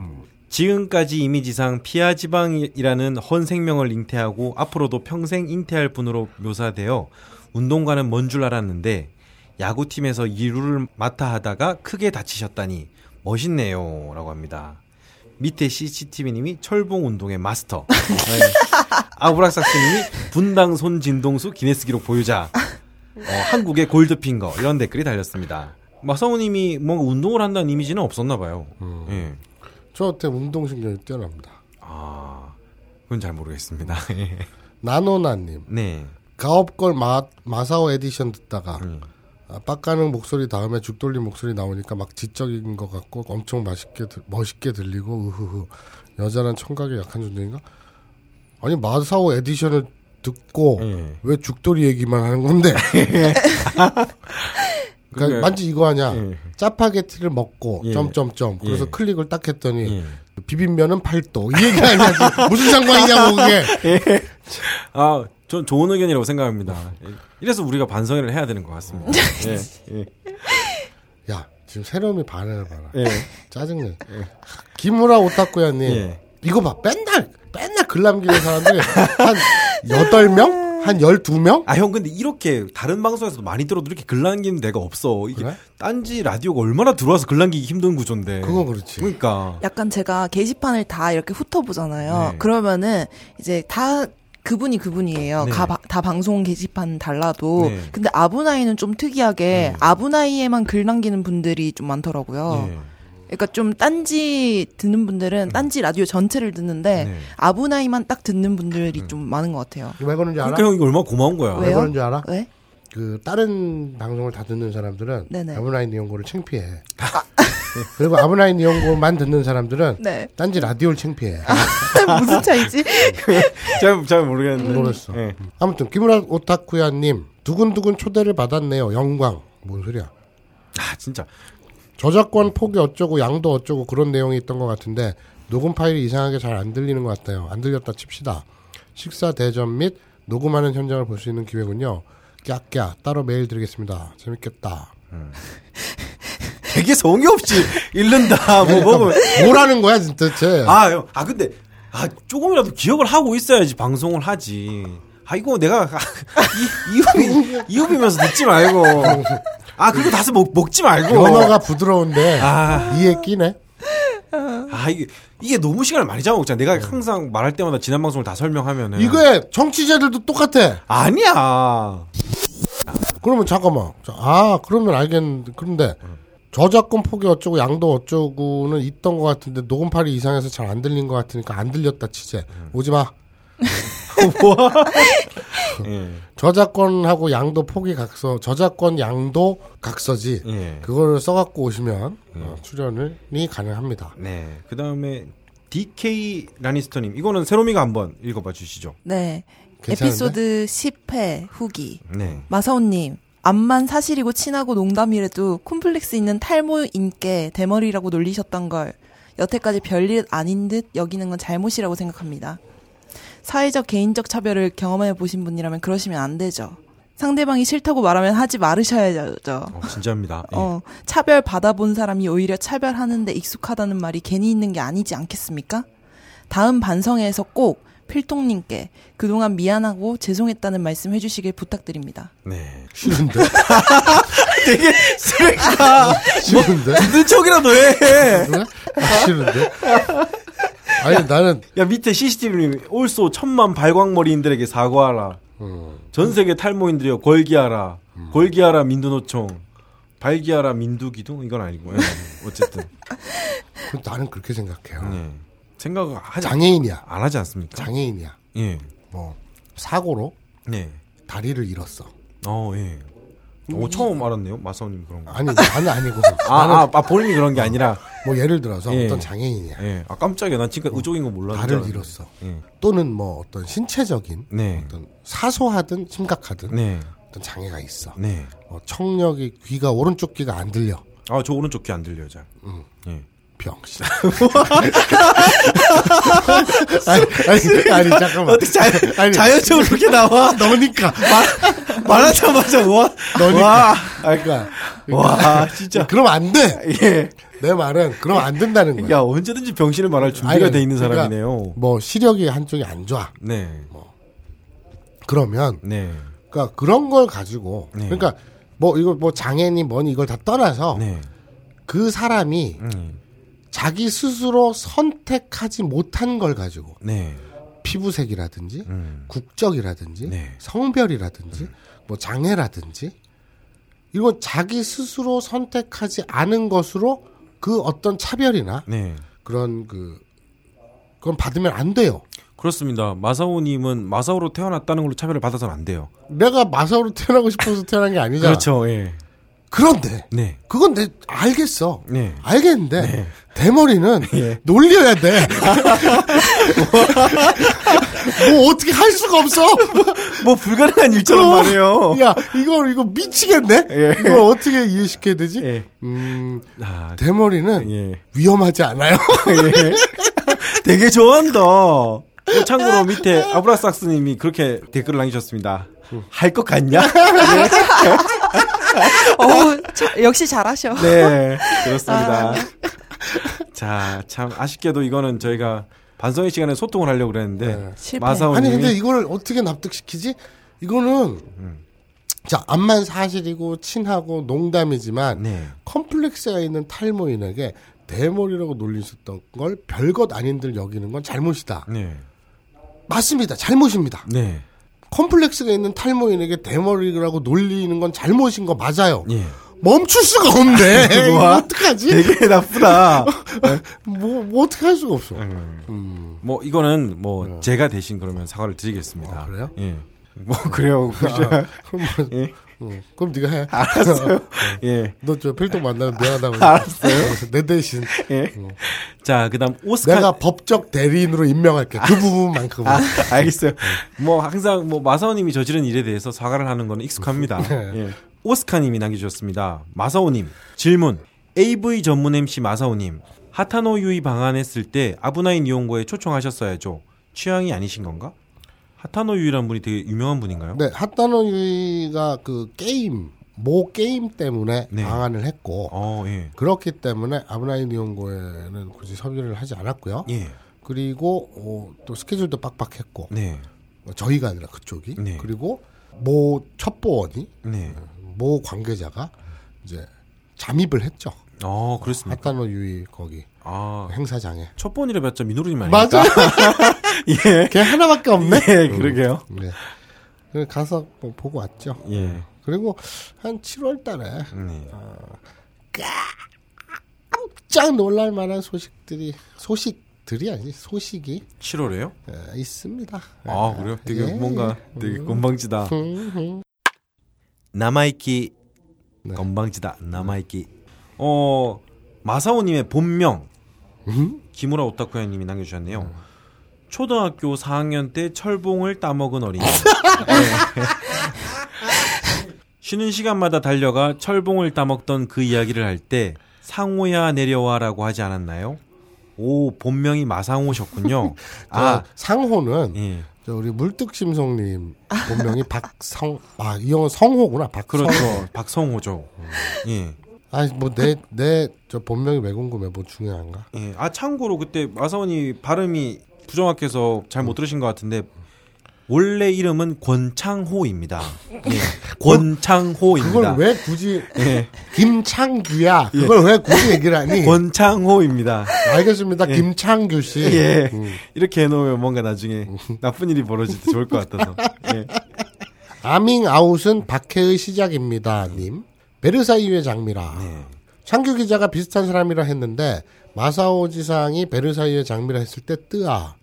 S3: 지금까지 이미지상 피아지방이라는 헌 생명을 잉태하고 앞으로도 평생 잉태할 분으로 묘사되어 운동가는 뭔 줄 알았는데 야구팀에서 이루를 맡아 하다가 크게 다치셨다니 멋있네요. 라고 합니다. 밑에 CCTV님이 철봉 운동의 마스터. 네. 아브락삭스님이 분당 손 진동수 기네스 기록 보유자. 어, 한국의 골드핑거 이런 댓글이 달렸습니다. 마성우님이 뭔가 운동을 한다는 이미지는 없었나 봐요.
S1: 음.
S3: 예.
S1: 저한테 운동신경이 뛰어납니다.
S3: 아, 그건 잘 모르겠습니다. 예.
S1: 나노나님
S3: 네.
S1: 가업걸 마, 마사오 에디션 듣다가
S3: 음.
S1: 아, 빡가는 목소리 다음에 죽돌림 목소리 나오니까 막 지적인 것 같고 엄청 맛있게 들- 멋있게 들리고 으흐흐 여자란 청각에 약한 존재인가? 아니 마사오 에디션을 듣고
S3: 예.
S1: 왜 죽돌이 얘기만 하는 건데? 그러니까
S3: 그러니까요.
S1: 만지 이거 하냐?
S3: 예.
S1: 짜파게티를 먹고
S3: 예.
S1: 점점점 그래서
S3: 예.
S1: 클릭을 딱 했더니
S3: 예.
S1: 비빔면은 8도. 이 얘기 아니야. 지금. 무슨 상관이냐고, 그게.
S3: 아, 전 좋은 의견이라고 생각합니다. 예. 이래서 우리가 반성회를 해야 되는 것
S1: 음.
S3: 같습니다. 예. 예.
S1: 야, 지금 새롬이 반응을 봐라.
S3: 예.
S1: 짜증내. 김우라 오타쿠야님.
S3: 예.
S1: 이거 봐. 맨날, 맨날 글 남기는 사람들이 한 8명? 한 12명?
S3: 아, 형, 근데 이렇게 다른 방송에서도 많이 들어도 이렇게 글 남기는 데가 없어. 이게
S1: 그래?
S3: 딴지 라디오가 얼마나 들어와서 글 남기기 힘든 구조인데.
S1: 그건 그렇지.
S3: 그러니까.
S2: 약간 제가 게시판을 다 이렇게 훑어보잖아요.
S3: 네.
S2: 그러면은 이제 다 그분이 그분이에요.
S3: 네.
S2: 가- 바- 다 방송 게시판 달라도.
S3: 네.
S2: 근데 아부나이는 좀 특이하게 아부나이에만 글 남기는 분들이 좀
S1: 아,
S2: 많더라고요.
S3: 예.
S2: 그러니까 좀 딴지 듣는 분들은 딴지 라디오 전체를 듣는데
S3: 음. 네. 음.
S2: 아부나이만 딱 듣는 분들이 좀 많은 것 같아요.
S1: 왜 그런지 알아?
S3: 그러니까 형, 이거 얼마나 고마운 거야.
S1: 왜
S2: 왜요?
S1: 그런지 알아?
S2: 왜?
S1: 그, 다른 방송을 다 듣는 사람들은
S2: 네네.
S1: 아브나인 이용고를 창피해. 그리고 아브나인 이용고만 듣는 사람들은
S2: 네.
S1: 딴지 라디오를 창피해.
S2: 무슨 차이지?
S3: 잘, 잘 모르겠는데.
S1: 모르겠어.
S3: 예.
S1: 아무튼 김우라 오타쿠야님 두근두근 초대를 받았네요. 영광. 뭔 소리야?
S3: 아, 진짜.
S1: 저작권 포기 어쩌고 양도 어쩌고 그런 내용이 있던 것 같은데 녹음 파일이 이상하게 잘 안 들리는 것 같아요. 안 들렸다 칩시다. 식사 대전 및 녹음하는 현장을 볼 수 있는 기회군요. 깍깍 따로 메일 드리겠습니다. 재밌겠다.
S3: 되게 성의 없이 읽는다. 뭐 먹으면.
S1: 뭐라는 거야 진짜 쟤.
S3: 아, 형. 아, 근데, 아, 조금이라도 기억을 하고 있어야지 방송을 하지. 아, 이거 내가, 아, 이, 이웃이, 이웃이면서 듣지 말고. 아, 그거 다시 먹, 먹지 말고.
S1: 언어가 부드러운데
S3: 뭐. 아.
S1: 이에 끼네.
S3: 아, 이게, 이게 너무 시간을 많이 잡아먹잖아. 내가 항상 말할 때마다 지난 방송을 다 설명하면은.
S1: 네. 이거에 정치자들도 똑같아.
S3: 아니야.
S1: 그러면 잠깐만. 자, 아, 그러면 알겠는데. 그런데 저작권 포기 어쩌고 양도 어쩌고는 있던 것 같은데 녹음 파일이 이상해서 잘 안 들린 것 같으니까 안 들렸다 치재.
S3: 음.
S1: 오지 마.
S3: 예.
S1: 저작권하고 양도 포기 각서, 저작권 양도 각서지.
S3: 예.
S1: 그걸 써갖고 오시면 어, 출연이 가능합니다.
S3: 네. 그 다음에, DK 라니스터님. 이거는 세로미가 한번 읽어봐 주시죠.
S2: 네.
S1: 괜찮은데?
S2: 에피소드 10회 후기.
S3: 네.
S2: 마사오님, 암만 사실이고 친하고 농담이라도 콤플렉스 있는 탈모인께 대머리라고 놀리셨던 걸 여태까지 별일 아닌 듯 여기는 건 잘못이라고 생각합니다. 사회적 개인적 차별을 경험해 보신 분이라면 그러시면 안 되죠. 상대방이 싫다고 말하면 하지 말으셔야죠.
S3: 어, 진짜입니다. 예.
S2: 어, 차별 받아본 사람이 오히려 차별하는데 익숙하다는 말이 괜히 있는 게 아니지 않겠습니까? 다음 반성회에서 꼭 필통님께 그동안 미안하고 죄송했다는 말씀 해주시길 부탁드립니다.
S3: 네.
S1: 싫은데?
S3: 되게 쓰레기다.
S1: 싫은데?
S3: 무슨 척이라도 해.
S1: 왜? 아, 싫은데? 아니 나는
S3: 야 밑에 CCTV님 올소 천만 발광머리인들에게 사과하라.
S1: 어.
S3: 전 세계 탈모인들이여 골기하라. 골기하라 민두노총. 발기하라 민두기둥 이건 아니고요. 어쨌든
S1: 그- 나는 그렇게 생각해요.
S3: 예. 생각을 하지
S1: 장애인이야.
S3: 안 하지 않습니까?
S1: 장애인이야.
S3: 예.
S1: 뭐 사고로
S3: 예.
S1: 다리를 잃었어.
S3: 어 예. 오 처음 알았네요 마사오님 그런 거.
S1: 아니 나는 아니고
S3: 아, 아, 아 본인이 그런 게 아니라
S1: 뭐 예를 들어서
S3: 예.
S1: 어떤 장애인이야.
S3: 예. 아 깜짝이야 난 지금 의족인 거 몰랐는데.
S1: 다리를 어. 잃었어.
S3: 예.
S1: 또는 뭐 어떤 신체적인
S3: 네.
S1: 어떤 사소하든 심각하든
S3: 네.
S1: 어떤 장애가 있어.
S3: 네.
S1: 어, 청력이 귀가 오른쪽 귀가 안 들려.
S3: 아 저 오른쪽 귀 안 들려요 잘. 예.
S1: 병신. 아니, 아니, 아니, 잠깐만.
S3: 어떻게 자, 아.
S1: 아니. 그러니까.
S3: 자연적으로 그렇게 나와?
S1: 너니까.
S3: 말하자마자 와,
S1: 너니까.
S3: 와,
S1: 아니, 그러니까. 뭐
S3: 와, 진짜.
S1: 그럼 안 돼.
S3: 예.
S1: 내 말은 그럼 안 된다는 거야.
S3: 야 언제든지 병신을 말할 준비가
S1: 아니,
S3: 돼 있는
S1: 그러니까
S3: 사람이네요.
S1: 뭐 시력이 한쪽이 안 좋아.
S3: 네,
S1: 그러면
S3: 네,
S1: 그러니까 그런 걸 가지고
S3: 네.
S1: 그러니까 뭐 이거 뭐 장애니 뭐니 이걸 다 떠나서
S3: 네.
S1: 그 사람이
S3: 음,
S1: 자기 스스로 선택하지 못한 걸 가지고
S3: 네,
S1: 피부색이라든지
S3: 음,
S1: 국적이라든지
S3: 네. 음.
S1: 성별이라든지 뭐 장애라든지 이건 자기 스스로 선택하지 않은 것으로 그 어떤 차별이나
S3: 네.
S1: 그런 그 그건 받으면 안 돼요.
S3: 그렇습니다. 마사오님은 마사오로 태어났다는 걸로 차별을 받아서는 안 돼요.
S1: 내가 마사오로 태어나고 싶어서 태어난 게 아니잖아.
S3: 그렇죠. 예,
S1: 그런데
S3: 네,
S1: 그건 내 알겠어.
S3: 네. 예.
S1: 알겠는데 대머리는 놀려야 돼. 뭐 어떻게 할 수가 없어.
S3: 뭐 불가능한 일처럼
S1: 그럼,
S3: 말해요.
S1: 어? 야, 이거, 이거 미치겠네?
S3: 예.
S1: 이거 어떻게 이해시켜야 되지?
S3: 예.
S1: 음,
S3: 아,
S1: 대머리는
S3: 예.
S1: 위험하지 않아요.
S3: 되게 좋아한다. 또 참고로 밑에 아브라삭스님이 그렇게 댓글을 남기셨습니다. 할 것 같냐?
S2: 어우, 자- 역시 잘하셔.
S3: 네, 그렇습니다. 자, 참 아쉽게도 이거는 저희가 반성의 시간에 소통을 하려고 그랬는데
S2: 실패.
S3: 마사오님
S1: 아니, 근데 이거를 어떻게 납득시키지? 이거는,
S3: 음.
S1: 자, 암만 사실이고, 친하고, 농담이지만,
S3: 네.
S1: 컴플렉스가 있는 탈모인에게 대머리라고 놀리셨던 걸 별것 아닌들 여기는 건 잘못이다.
S3: 네.
S1: 맞습니다. 잘못입니다.
S3: 네.
S1: 컴플렉스가 있는 탈모인에게 대머리라고 놀리는 건 잘못인 거 맞아요.
S3: 예.
S1: 멈출 수가 없네. 이거
S3: 우와.
S1: 뭐 어떡하지?
S3: 되게 나쁘다.
S1: 뭐, 뭐 어떻게 할 수가 없어.
S3: 뭐 이거는 뭐 제가 대신 그러면 사과를 드리겠습니다.
S1: 어. 아, 그래요? 아.
S3: 예. 뭐 그래요. 그죠?
S1: 그럼, 뭐,
S3: 예.
S1: 응. 그럼 네가 해.
S3: 알았어요. 예.
S1: 너 저 필동 만나면 미안하다고.
S3: 알았어요.
S1: 내 대신
S3: 예. 자, 그다음 오스카
S1: 내가 법적 대리인으로 임명할게. 그 부분만큼은.
S3: 아, 알겠어요. 뭐 항상 뭐 마사오님이 저지른 일에 대해서 사과를 하는 건 익숙합니다.
S1: 네.
S3: 예. 오스카님이 남겨주셨습니다. 마사오님 질문. AV 전문 MC 마사오님 하타노 유이 방한했을 때 아브나인 이용고에 초청하셨어야죠. 취향이 아니신 건가? 하타노 유이란 분이 되게 유명한 분인가요?
S1: 네, 핫다노 유이가 그 게임 모 게임 때문에
S3: 네.
S1: 방안을 했고
S3: 어, 예.
S1: 그렇기 때문에 아브나인 이용고에는 굳이 섭외를 하지 않았고요.
S3: 예.
S1: 그리고 어, 또 스케줄도 빡빡했고
S3: 네.
S1: 뭐 저희가 아니라 그쪽이
S3: 네.
S1: 그리고 모 첩보원이
S3: 네.
S1: 모 관계자가 이제 잠입을 했죠.
S3: 어, 그렇습니다.
S1: 하타노 유이 거기
S3: 아.
S1: 행사장에.
S3: 첫 번이라 봤자 민호루님 아닙니까?
S1: 맞아.
S3: 예.
S1: 걔 하나밖에 없네.
S3: 예, 그러게요.
S1: 네. 그래서 가서 뭐 보고 왔죠.
S3: 예.
S1: 그리고 한 7월 달에
S3: 네.
S1: 쫙 놀랄 만한 소식들이 소식들이 아니지 소식이
S3: 7월에요?
S1: 어, 있습니다.
S3: 아 그래요? 되게
S1: 예.
S3: 뭔가 되게 건방지다.
S1: 음, 음.
S3: 남아있기
S1: 네.
S3: 건방지다. 남아있기. 어 마사오님의 본명
S1: 음?
S3: 김우라 오타쿠야님이 남겨주셨네요. 초등학교 4학년 때 철봉을 따먹은 어린이. 네. 쉬는 시간마다 달려가 철봉을 따먹던 그 이야기를 할 때 상호야 내려와라고 하지 않았나요? 오 본명이 마상호셨군요.
S1: 아
S3: 아
S1: 상호는
S3: 예.
S1: 저 우리 물뚝심송님 본명이 박성 아 이 형은 성호구나 박성.
S3: 그렇죠. 박성호죠. 예.
S1: 아뭐 내 내 저 본명이 왜 궁금해 뭐 중요한가?
S3: 예. 아 참고로 그때 마사원이 발음이 부정학께서 잘 못 들으신 것 같은데 원래 이름은 권창호입니다. 네. 권창호입니다.
S1: 그걸 왜 굳이
S3: 예.
S1: 김창규야? 그걸 왜 굳이 얘기를 하니?
S3: 권창호입니다.
S1: 알겠습니다. 김창규 씨.
S3: 예.
S1: 음.
S3: 이렇게 해놓으면 뭔가 나중에 나쁜 일이 벌어질 때 좋을 것 같아서. 예.
S1: 아밍 아웃은 박해의 시작입니다. 님. 베르사유의 장미라.
S3: 예.
S1: 창규 기자가 비슷한 사람이라 했는데 마사오 지상이 베르사유의 장미라 했을 때 뜨아.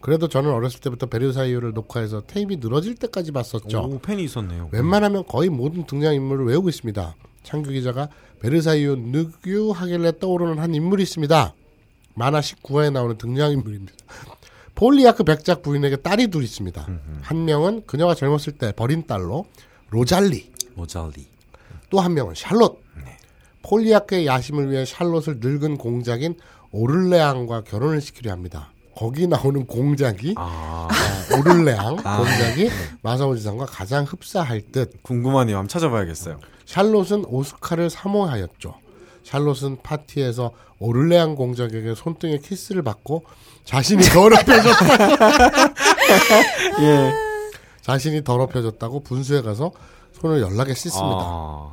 S1: 그래도 저는 어렸을 때부터 베르사유를 녹화해서 테이프 늘어질 때까지 봤었죠.
S3: 오, 팬이 있었네요.
S1: 웬만하면 거의 모든 등장 인물을 외우고 있습니다. 창규 기자가 베르사유 느규 하길래 떠오르는 한 인물이 있습니다. 만화 19화에 나오는 등장 인물입니다. 폴리아크 백작 부인에게 딸이 둘 있습니다. 한 명은 그녀가 젊었을 때 버린 딸로 로잘리,
S3: 모잘리. 네.
S1: 또 한 명은 샬롯. 폴리아크의 야심을 위해 샬롯을 늙은 공작인 오를레앙과 결혼을 시키려 합니다. 거기 나오는 공작이
S3: 아, 네.
S1: 아, 오를레앙 공작이 마사오 지상과 가장 흡사할 듯
S3: 궁금하네요. 한번 찾아봐야겠어요.
S1: 샬롯은 오스카를 사모하였죠. 샬롯은 파티에서 오를레앙 공작에게 손등에 키스를 받고 자신이 더럽혀졌다.
S3: 예.
S1: 자신이 더럽혀졌다고 분수에 가서 손을 연락에 씻습니다.
S3: 아,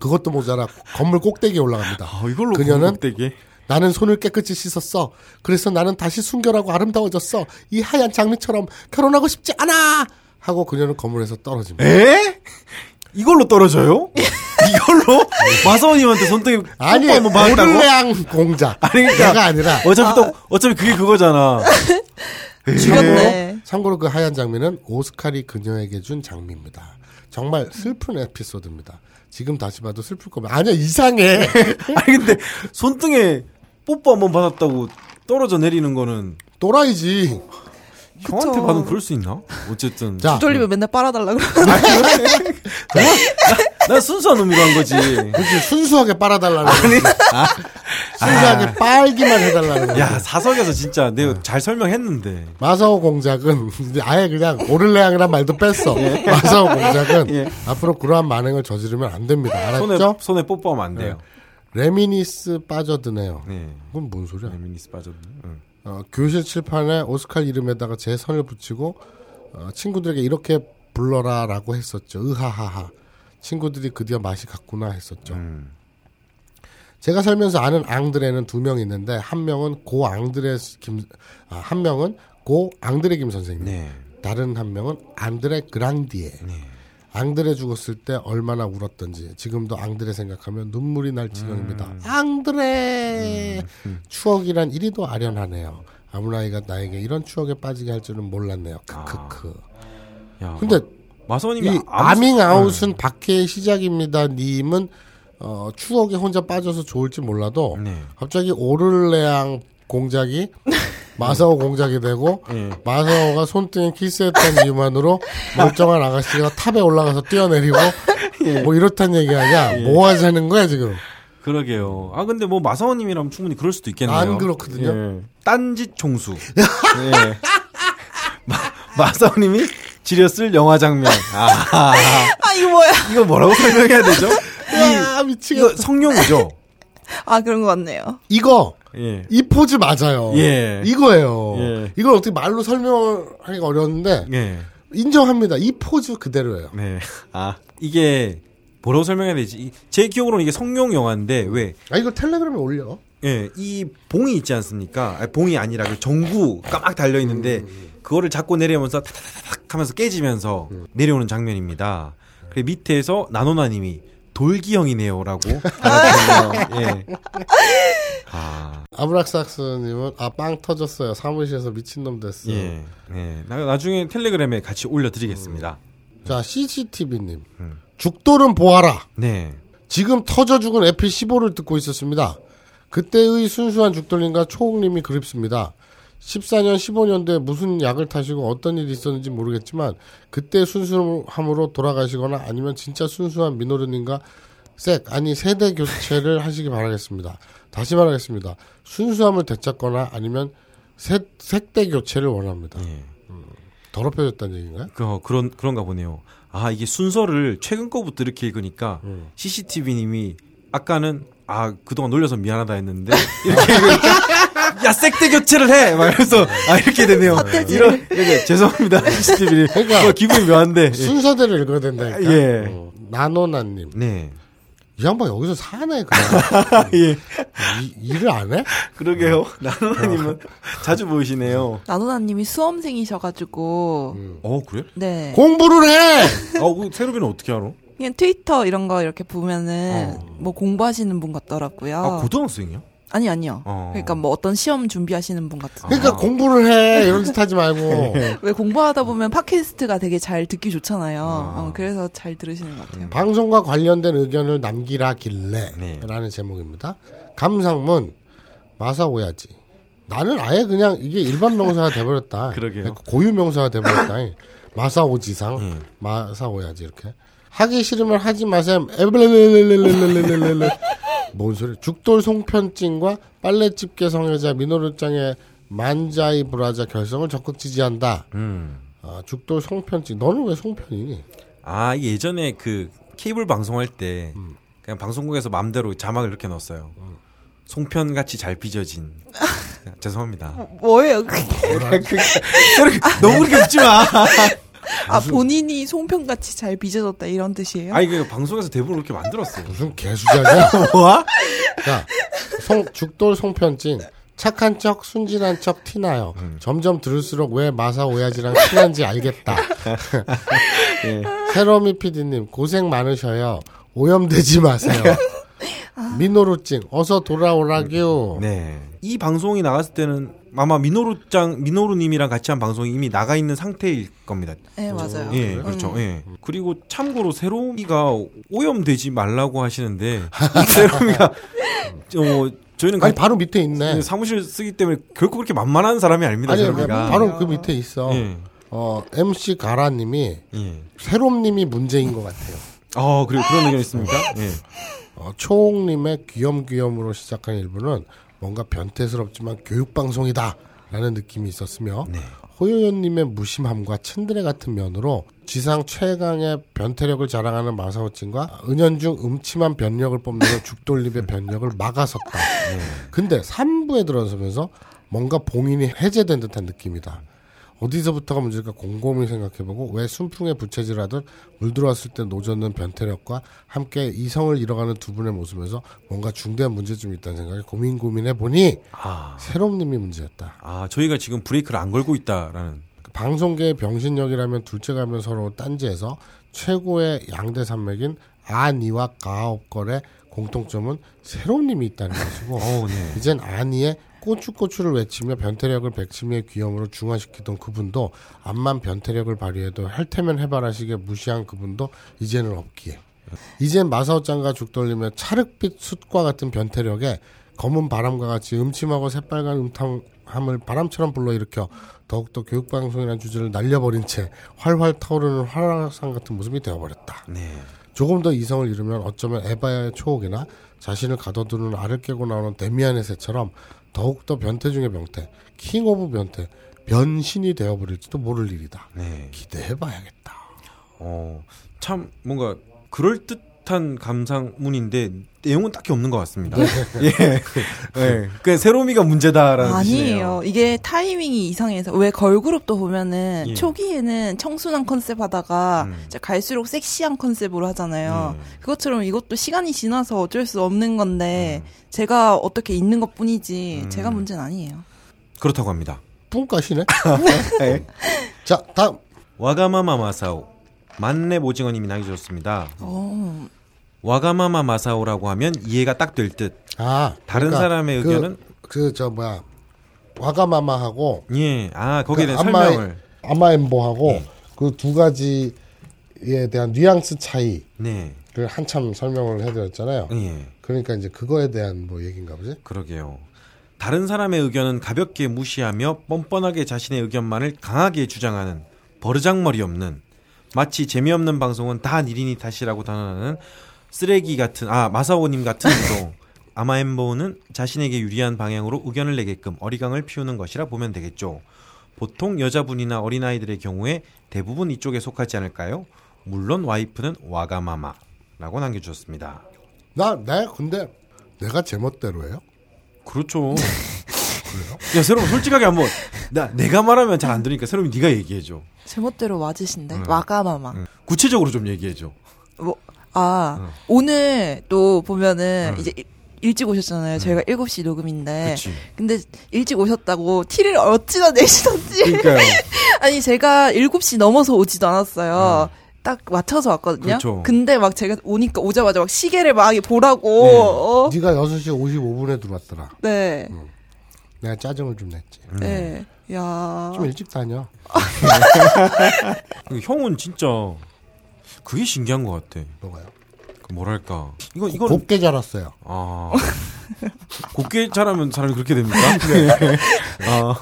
S1: 그것도 모자라 건물 꼭대기에 올라갑니다.
S3: 아, 이걸로
S1: 그녀는
S3: 되게
S1: 나는 손을 깨끗이 씻었어. 그래서 나는 다시 순결하고 아름다워졌어. 이 하얀 장미처럼 결혼하고 싶지 않아. 하고 그녀는 건물에서 떨어집니다.
S3: 에? 이걸로 떨어져요? 이걸로? 마사오님한테 손등에
S1: 아니
S3: 뽀뽀 한번 받았다고?
S1: 오를레앙 공작.
S3: 아니, 그러니까-
S1: 내가 아니라
S3: 어차피 또 어차피 그게 그거잖아. 예.
S2: 죽였네.
S1: 참고로 그 하얀 장미는 오스카리 그녀에게 준 장미입니다. 정말 슬픈 에피소드입니다. 지금 다시 봐도 슬플 겁니다. 아니야 이상해.
S3: 아니 근데 손등에 뽀뽀 한 번 받았다고 떨어져 내리는 거는
S1: 또라이지.
S3: 형한테 받으면 그럴 수 있나? 어쨌든
S1: 자,
S2: 돌리면 맨날 빨아달라고.
S3: 나 순수한 의미로 한 거지.
S1: 그렇지 순수하게 빨아달라는 거지. 순수하게 빨기만 해달라는 거지.
S3: 아. 야 사석에서 진짜
S1: 네.
S3: 내가 잘 설명했는데.
S1: 마사오 공작은 이제 아예 그냥 오를레앙이란 말도 뺐어. 마사오 공작은
S3: 예.
S1: 앞으로 그러한 만행을 저지르면 안 됩니다.
S3: 손에
S1: 알았죠?
S3: 손에 뽀뽀하면 안 돼요.
S1: 레미니스 빠져드네요.
S3: 네.
S1: 그건 뭔 소리야?
S3: 레미니스 빠졌네. 응.
S1: 어, 교실 칠판에 오스칼 이름에다가 제 선을 붙이고 어, 친구들에게 이렇게 불러라라고 했었죠. 으하하하. 친구들이 그디어 맛이 갔구나 했었죠. 제가 살면서 아는 앙드레는 두 명 있는데 한 명은 고 앙드레 김한 명은 고 앙드레 김 선생님.
S3: 네.
S1: 다른 한 명은 앙드레 그랑디에. 앙드레 죽었을 때 얼마나 울었던지 지금도 앙드레 생각하면 눈물이 날 지경입니다. 앙드레 추억이란 이리도 아련하네요. 아무나이가 나에게 이런 추억에 빠지게 할 줄은 몰랐네요. 크크크.
S3: 야,
S1: 근데
S3: 마서님이
S1: 이 아밍
S3: 네.
S1: 아웃은 박해의 시작입니다. 님은 어, 추억에 혼자 빠져서 좋을지 몰라도
S3: 네.
S1: 갑자기 오를레앙 공작이 마사오 공작이 되고
S3: 네.
S1: 마사오가 손등에 키스했던 이유만으로 멀쩡한 아가씨가 탑에 올라가서 뛰어내리고
S3: 예.
S1: 뭐 이렇단 얘기 아니야? 뭐 하자는 거야 지금?
S3: 그러게요. 아 근데 뭐 마사오님이라면 충분히 그럴 수도 있겠네요.
S1: 안 그렇거든요.
S3: 예. 딴짓 총수. 예. 마- 마사오님이 지렸을 영화 장면. 아,
S2: 아, 이거 뭐야.
S3: 이거 뭐라고 설명해야 되죠?
S1: 아
S3: 이, 이거
S1: 미치겠다.
S3: 성룡이죠.
S2: 아, 그런 것 같네요.
S1: 이거
S3: 예.
S1: 이 포즈 맞아요.
S3: 예.
S1: 이거예요.
S3: 예.
S1: 이걸 어떻게 말로 설명하기가 어려웠는데
S3: 예.
S1: 인정합니다. 이 포즈 그대로예요.
S3: 네. 아 이게 뭐라고 설명해야 되지? 이- 제 기억으로는 이게 성룡 영화인데 왜?
S1: 아 이거 텔레그램에 올려.
S3: 예, 이 봉이 있지 않습니까? 아 봉이 아니라 그 전구가 막 달려 있는데 그거를 잡고 내려오면서 타타타탁 하면서 깨지면서 내려오는 장면입니다. 그 밑에서 나노나님이 돌기형이네요라고 달아주셨네요. 예. 아,
S1: 아브락삭스님은 아 빵 터졌어요. 사무실에서 미친놈 됐어요.
S3: 예, 예. 나, 나중에 텔레그램에 같이 올려드리겠습니다.
S1: 자 CCTV님 죽돌은 보아라.
S3: 네,
S1: 지금 터져 죽은 에피 15를 듣고 있었습니다. 그때의 순수한 죽돌님과 초옥님이 그립습니다. 14년, 15년도에 무슨 약을 타시고 어떤 일이 있었는지 모르겠지만 그때 순수함으로 돌아가시거나 아니면 진짜 순수한 민호련님과 색 아니 세대 교체를 하시기 바라겠습니다. 다시 말하겠습니다. 순수함을 되찾거나 아니면 세, 색대 교체를 원합니다.
S3: 예.
S1: 음, 더럽혀졌다는 얘기인가요?
S3: 그, 그런 그런가 보네요. 아 이게 순서를 최근 거부터 이렇게 읽으니까 CCTV님이 아까는 아 그동안 놀려서 미안하다 했는데 이렇게 읽으니까 야 색대 교체를 해. 막 이래서 아 예. 이렇게 되네요. 이런 이렇게 죄송합니다. CCTV.
S1: 그러니까
S3: 어, 기분이 묘한데. 예.
S1: 순서대로 읽어야 된다니까.
S3: 예.
S1: 어, 나노나님.
S3: 네.
S1: 이 양반 여기서 사네, 그냥.
S3: 예.
S1: 이- 일을 안 해?
S3: 그러게요. 나누나님은 자주 보이시네요.
S2: 나노나님이 수험생이셔가지고
S3: 어 그래?
S2: 네
S1: 공부를 해!
S3: 어, 그 세로비는 어떻게 알아?
S2: 그냥 트위터 이런 거 이렇게 보면은 뭐 공부하시는 분 같더라고요.
S3: 어. 아 고등학생이야?
S2: 아니 아니요.
S3: 어. 네.
S2: 그러니까 뭐 어떤 시험 준비하시는 분 같은.
S1: 그러니까 공부를 해! 이런 짓 하지 말고.
S2: 왜 공부하다 보면 팟캐스트가 되게 잘 듣기 좋잖아요. 어, 그래서 잘 들으시는 것 같아요.
S1: 방송과 관련된 의견을 남기라길래.
S3: 네.
S1: 라는 제목입니다. 감상문. 마사오야지. 나는 아예 그냥 이게 일반 명사가 돼버렸다.
S3: 그러게요.
S1: 고유 명사가 돼버렸다. 마사오지상. 마사오야지, 이렇게. 하기 싫으면 하지 마셈. 에블레레레레레레레레레. 뭔 소리? 죽돌 송편찜과 빨래집 개성여자 민호루짱의 만자이 브라자 결성을 적극 지지한다. 아, 죽돌 송편찜. 너는 왜 송편이니?
S3: 아 예전에 그 케이블 방송할 때
S1: 음.
S3: 그냥 방송국에서 마음대로 자막을 이렇게 넣었어요. 송편 같이 잘 빚어진. 죄송합니다.
S1: 어,
S2: 뭐예요? 그게?
S3: 아, 너무 그렇게 웃지 마.
S2: 아 본인이 송편같이 잘 빚어졌다 이런
S1: 네.
S2: 뜻이에요?
S3: 아니 그 방송에서 대본을 이렇게 만들었어.
S1: 무슨 개수작이야?
S3: 뭐야?
S1: 자, 송, 죽돌 송편찜. 착한 척, 순진한 척 티나요.
S3: 음.
S1: 점점 들을수록 왜 마사 오야지랑 친한지 알겠다.
S3: 예.
S1: 세로미 PD님, 고생 많으셔요. 오염되지 마세요. 민노루찡, 어서 돌아오라기요.
S3: 네. 이 방송이 나갔을 때는 아마 민호루짱 민호루님이랑 같이 한 방송이 이미 나가 있는 상태일 겁니다.
S2: 네 맞아요.
S3: 예, 그렇죠. 예.
S1: 음.
S3: 그리고 참고로 세롬이가 오염되지 말라고 하시는데 세롬이가 어, 저희는
S1: 네. 음. 아니,
S3: 그
S1: 바로 밑에 있네.
S3: 사무실 쓰기 때문에 결코 그렇게 만만한 사람이 아닙니다.
S1: 아니,
S3: 세롬이가.
S1: 바로 그 밑에 있어.
S3: 예.
S1: 어, MC 가라님이,
S3: 예.
S1: 세롬님이 문제인 것 같아요.
S3: 아, 그리고 그런 의견 있습니까? 예.
S1: 어, 초홍님의 귀염귀염으로 시작한 일부는 뭔가 변태스럽지만 교육방송이다. 라는 느낌이 있었으며 호요연님의 무심함과 츤드레 같은 면으로 지상 최강의 변태력을 자랑하는 마사오친과 은연중 음침한 변력을 뽐내는 죽돌립의 변력을 막아섰다. 근데 3부에 들어서면서 뭔가 봉인이 해제된 듯한 느낌이다. 어디서부터가 문제일까 곰곰이 생각해보고 왜 순풍에 부채질하듯 물들어왔을 때 노젓는 변태력과 함께 이성을 잃어가는 두 분의 모습에서 뭔가 중대한 문제점이 있다는 생각에 고민 고민해보니
S3: 아,
S1: 새롬님이 문제였다.
S3: 아, 저희가 지금 브레이크를 안 걸고 있다라는.
S1: 그러니까 방송계의 병신력이라면 둘째 가면 서로 딴지에서 최고의 양대 산맥인 아니와 가업걸의 공통점은 새롬님이 있다는 것이고
S3: 어, 네.
S1: 이젠 아니의 꼬추꼬추를 외치며 변태력을 백치미의 귀염으로 중화시키던 그분도 암만 변태력을 발휘해도 할테면 해바라시게 무시한 그분도 이제는 없기에 이젠 마사오짱과 죽돌림의 차륵빛 숯과 같은 변태력에 검은 바람과 같이 음침하고 새빨간 음탕함을 바람처럼 불러일으켜 더욱더 교육방송이라는 주제를 날려버린 채 활활 타오르는 화랑상 같은 모습이 되어버렸다.
S3: 네.
S1: 조금 더 이성을 잃으면 어쩌면 에바의 초옥이나 자신을 가둬두는 알을 깨고 나오는 데미안의 새처럼 더욱더 변태 중의 변태, 킹 오브 변태, 변신이 되어버릴지도 모를 일이다.
S3: 네.
S1: 기대해봐야겠다.
S3: 어, 참 뭔가 그럴 듯한 감상문인데 내용은 딱히 없는 것 같습니다. 예, 예. 그 새로미가 문제다라는 뜻이네요.
S2: 아니에요. 이게 타이밍이 이상해서 왜 걸그룹도 보면은
S3: 예. 음.
S2: 초기에는 청순한 컨셉 하다가 이제 갈수록 섹시한 컨셉으로 하잖아요. 그것처럼 이것도 시간이 지나서 어쩔 수 없는
S3: 음.
S2: 건데 제가 어떻게 있는 것뿐이지 제가 문제는 아니에요.
S3: 그렇다고 합니다.
S1: 뿡까시네. 자, 다음.
S3: 와가마마 마사오 만렙 오징어님이 남겨주셨습니다.
S2: 어,
S3: 와가마마 마사오라고 하면 이해가 딱 될 듯.
S1: 아,
S3: 다른 사람의 의견은?
S1: 그 저 뭐야 와가마마하고
S3: 예, 아 거기에
S1: 그
S3: 대한
S1: 안마의-
S3: 설명을. 예.
S1: 아마엠보하고 그 두 가지에 대한 뉘앙스 차이를
S3: 네,
S1: 한참 설명을 해드렸잖아요.
S3: 예,
S1: 그러니까 이제 그거에 대한 뭐 얘기인가 보지?
S3: 그러게요. 다른 사람의 의견은 가볍게 무시하며 뻔뻔하게 자신의 의견만을 강하게 주장하는 버르장머리 없는 마치 재미없는 방송은 다 니린이 탓이라고 단언하는 쓰레기 같은 아 마사오님 같은 행동 아마엠보는 자신에게 유리한 방향으로 의견을 내게끔 어리광을 피우는 것이라 보면 되겠죠. 보통 여자분이나 어린아이들의 경우에 대부분 이쪽에 속하지 않을까요? 물론 와이프는 와가마마라고 남겨주셨습니다.
S1: 네? 나, 나 근데 내가 제멋대로 해요?
S3: 그렇죠.
S1: 그래요?
S3: 야, 새롬 솔직하게 한번 나 내가 말하면 잘 안 들으니까 새롬이 네가 얘기해 줘.
S2: 제멋대로 와주신데
S3: 음.
S2: 와가마마.
S3: 구체적으로 좀 얘기해 줘.
S2: 뭐, 아,
S3: 음.
S2: 오늘 또 보면은 이제 일- 일찍 오셨잖아요. 저희가 7시 녹음인데.
S3: 음. 그치.
S2: 근데 일찍 오셨다고 티를 어찌나 내시던지. 아니, 제가 7시 넘어서 오지도 않았어요. 딱 맞춰서 왔거든요.
S3: 그렇죠.
S2: 근데 막 제가 오니까 오자마자 막 시계를 막 보라고.
S3: 네.
S2: 어?
S1: 네가 6시 55분에 들어왔더라.
S2: 네.
S1: 내가 짜증을 좀 냈지.
S3: 아.
S2: 네. 야.
S1: 좀 일찍 다녀.
S3: 그 형은 진짜 그게 신기한 것 같아.
S1: 뭐가요?
S3: 그 뭐랄까 이건 이건
S1: 곱게 자랐어요.
S3: 아 곱게 자라면 사람이 그렇게 됩니까? 네. 아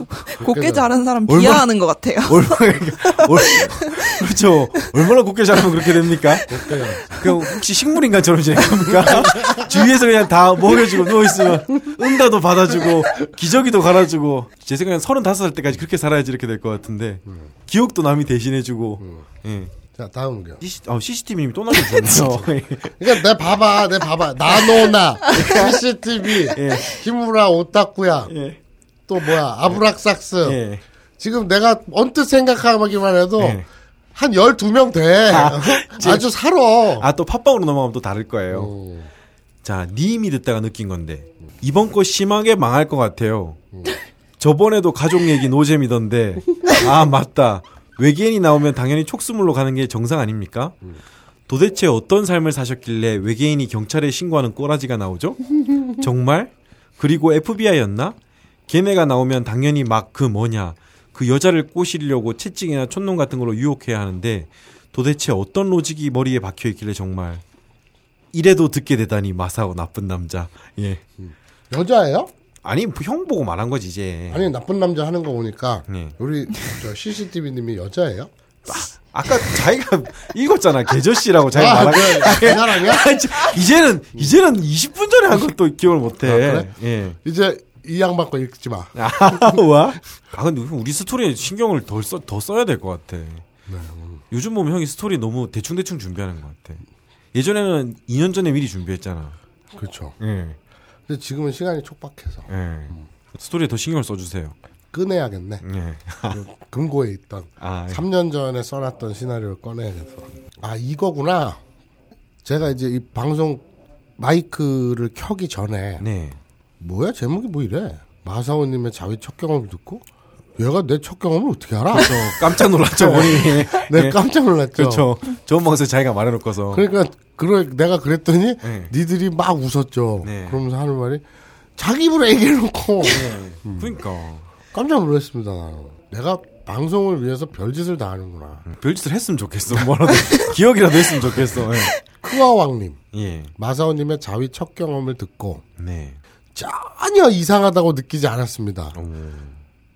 S2: 곱게
S1: 그래서-
S2: 자란 사람
S3: 얼마나-
S2: 비하하는 것 같아요.
S3: 얼마나 얼, 그렇죠. 얼마나 곱게 자라면 그렇게 됩니까?
S1: 곱게 자랐어요.
S3: 그 혹시 식물인간처럼 지냅니까? 주위에서 그냥 다 먹여주고 누워있으면 응다도 받아주고 기저귀도 갈아주고 제 생각엔 35살 때까지 그렇게 살아야지 이렇게 될 것 같은데
S1: 음.
S3: 기억도 남이 대신해주고 예.
S1: 자, 다음은요.
S3: CC, 아, CCTV님이 또 날려주네요
S1: 그러니까 내 봐봐, 내 봐봐. 나노나, CCTV, 히무라 오타쿠야,
S3: 예.
S1: 또 뭐야, 아브락삭스.
S3: 예.
S1: 지금 내가 언뜻 생각하기만 해도
S3: 예.
S1: 한 12명 돼.
S3: 아,
S1: 아, 주 살아.
S3: 아, 또 팟빵으로 넘어가면 또 다를 거예요.
S1: 음,
S3: 자, 님이 듣다가 느낀 건데. 이번 거 심하게 망할 것 같아요. 저번에도 가족 얘기 노잼이던데. 아, 맞다. 외계인이 나오면 당연히 촉수물로 가는 게 정상 아닙니까? 도대체 어떤 삶을 사셨길래 외계인이 경찰에 신고하는 꼬라지가 나오죠? 정말? 그리고 FBI였나? 걔네가 나오면 당연히 막 그 뭐냐. 그 여자를 꼬시려고 채찍이나 촛농 같은 걸로 유혹해야 하는데 도대체 어떤 로직이 머리에 박혀 있길래 정말 이래도 듣게 되다니 마사오 나쁜 남자. 예.
S1: 여자예요?
S3: 아니 뭐형 보고 말한 거지 이제.
S1: 아니, 나쁜 남자 하는 거 보니까,
S3: 네.
S1: 우리 저 CCTV님이 여자예요?
S3: 아까 자기가 읽었잖아 개저씨라고 자기
S1: 아,
S3: 말한 거.
S1: 그, 그 사람이야?
S3: 아, 이제- 이제는 이제는 20분 전에 한 것도 기억을 못해.
S1: 아, 그래?
S3: 예.
S1: 이제 이 양반 거 읽지 마.
S3: 아와. 아 근데 우리 스토리에 신경을 덜 써, 더 써야 될 것 같아. 요즘 보면 형이 스토리 너무 대충 대충 준비하는 것 같아. 예전에는 2년 전에 미리 준비했잖아.
S1: 그렇죠.
S3: 예.
S1: 근데 지금은 시간이 촉박해서
S3: 예. 스토리에 더 신경을 써주세요.
S1: 꺼내야겠네.
S3: 예.
S1: 금고에 있던
S3: 아, 예.
S1: 3년 전에 써놨던 시나리오를 꺼내야겠어. 아 이거구나. 제가 이제 이 방송 마이크를 켜기 전에
S3: 네.
S1: 뭐야 제목이 뭐 이래? 마사오님의 자위 첫 경험을 듣고 얘가 내 첫 경험을 어떻게 알아?
S3: 깜짝 놀랐죠, 본인이.
S1: 내가 깜짝 놀랐죠.
S3: 그렇죠. 좋은 방에서 자기가 말해놓고서.
S1: 그러니까 그러 내가 그랬더니
S3: 네.
S1: 니들이 막 웃었죠.
S3: 네.
S1: 그러면서 하는 말이 자기 입으로 얘기해놓고
S3: 그러니까.
S1: 깜짝 놀랐습니다. 나는. 내가 방송을 위해서 별짓을 다 하는구나.
S3: 별짓을 했으면 좋겠어. 뭐라도 기억이라도 했으면 좋겠어. 예.
S1: 크와왕님,
S3: 예.
S1: 마사오님의 자위 첫 경험을 듣고
S3: 네.
S1: 전혀 이상하다고 느끼지 않았습니다.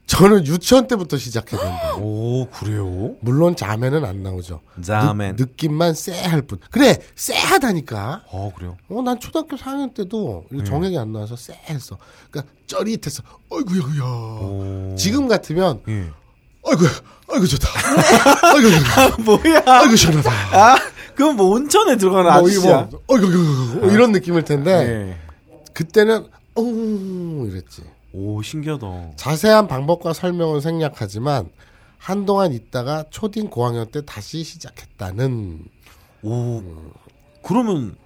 S1: 저는 유치원 때부터 시작했는데
S3: 오, 그래요? 아,
S1: 물론 자매는 안 나오죠.
S3: 자맨.
S1: 느, 낌만 쎄할 뿐. 그래 쎄하다니까.
S3: 어, 그래요?
S1: 어, 난 초등학교 4학년 때도
S3: 음.
S1: 이거 정액이 안 나와서 쎄했어. 그러니까 쩌릿했어. 어이구야,
S3: 오.
S1: 그야. 지금 같으면
S3: 예.
S1: 아이고야, 아이고 좋다. 아이고 좋다.
S3: 뭐야?
S1: 아이고 시원하다.
S3: 아, 그건 뭐 온천에 들어가는
S1: 뭐, 네. 이
S3: 아저씨야.
S1: 뭐, 어이구, 어이구, 어이구, 이런 느낌일 텐데
S3: 예.
S1: 그때는 어 이랬지.
S3: 오, 신기하다.
S1: 자세한 방법과 설명은 생략하지만 한동안 있다가 초딩 고학년 때 다시 시작했다는
S3: 오, 그러면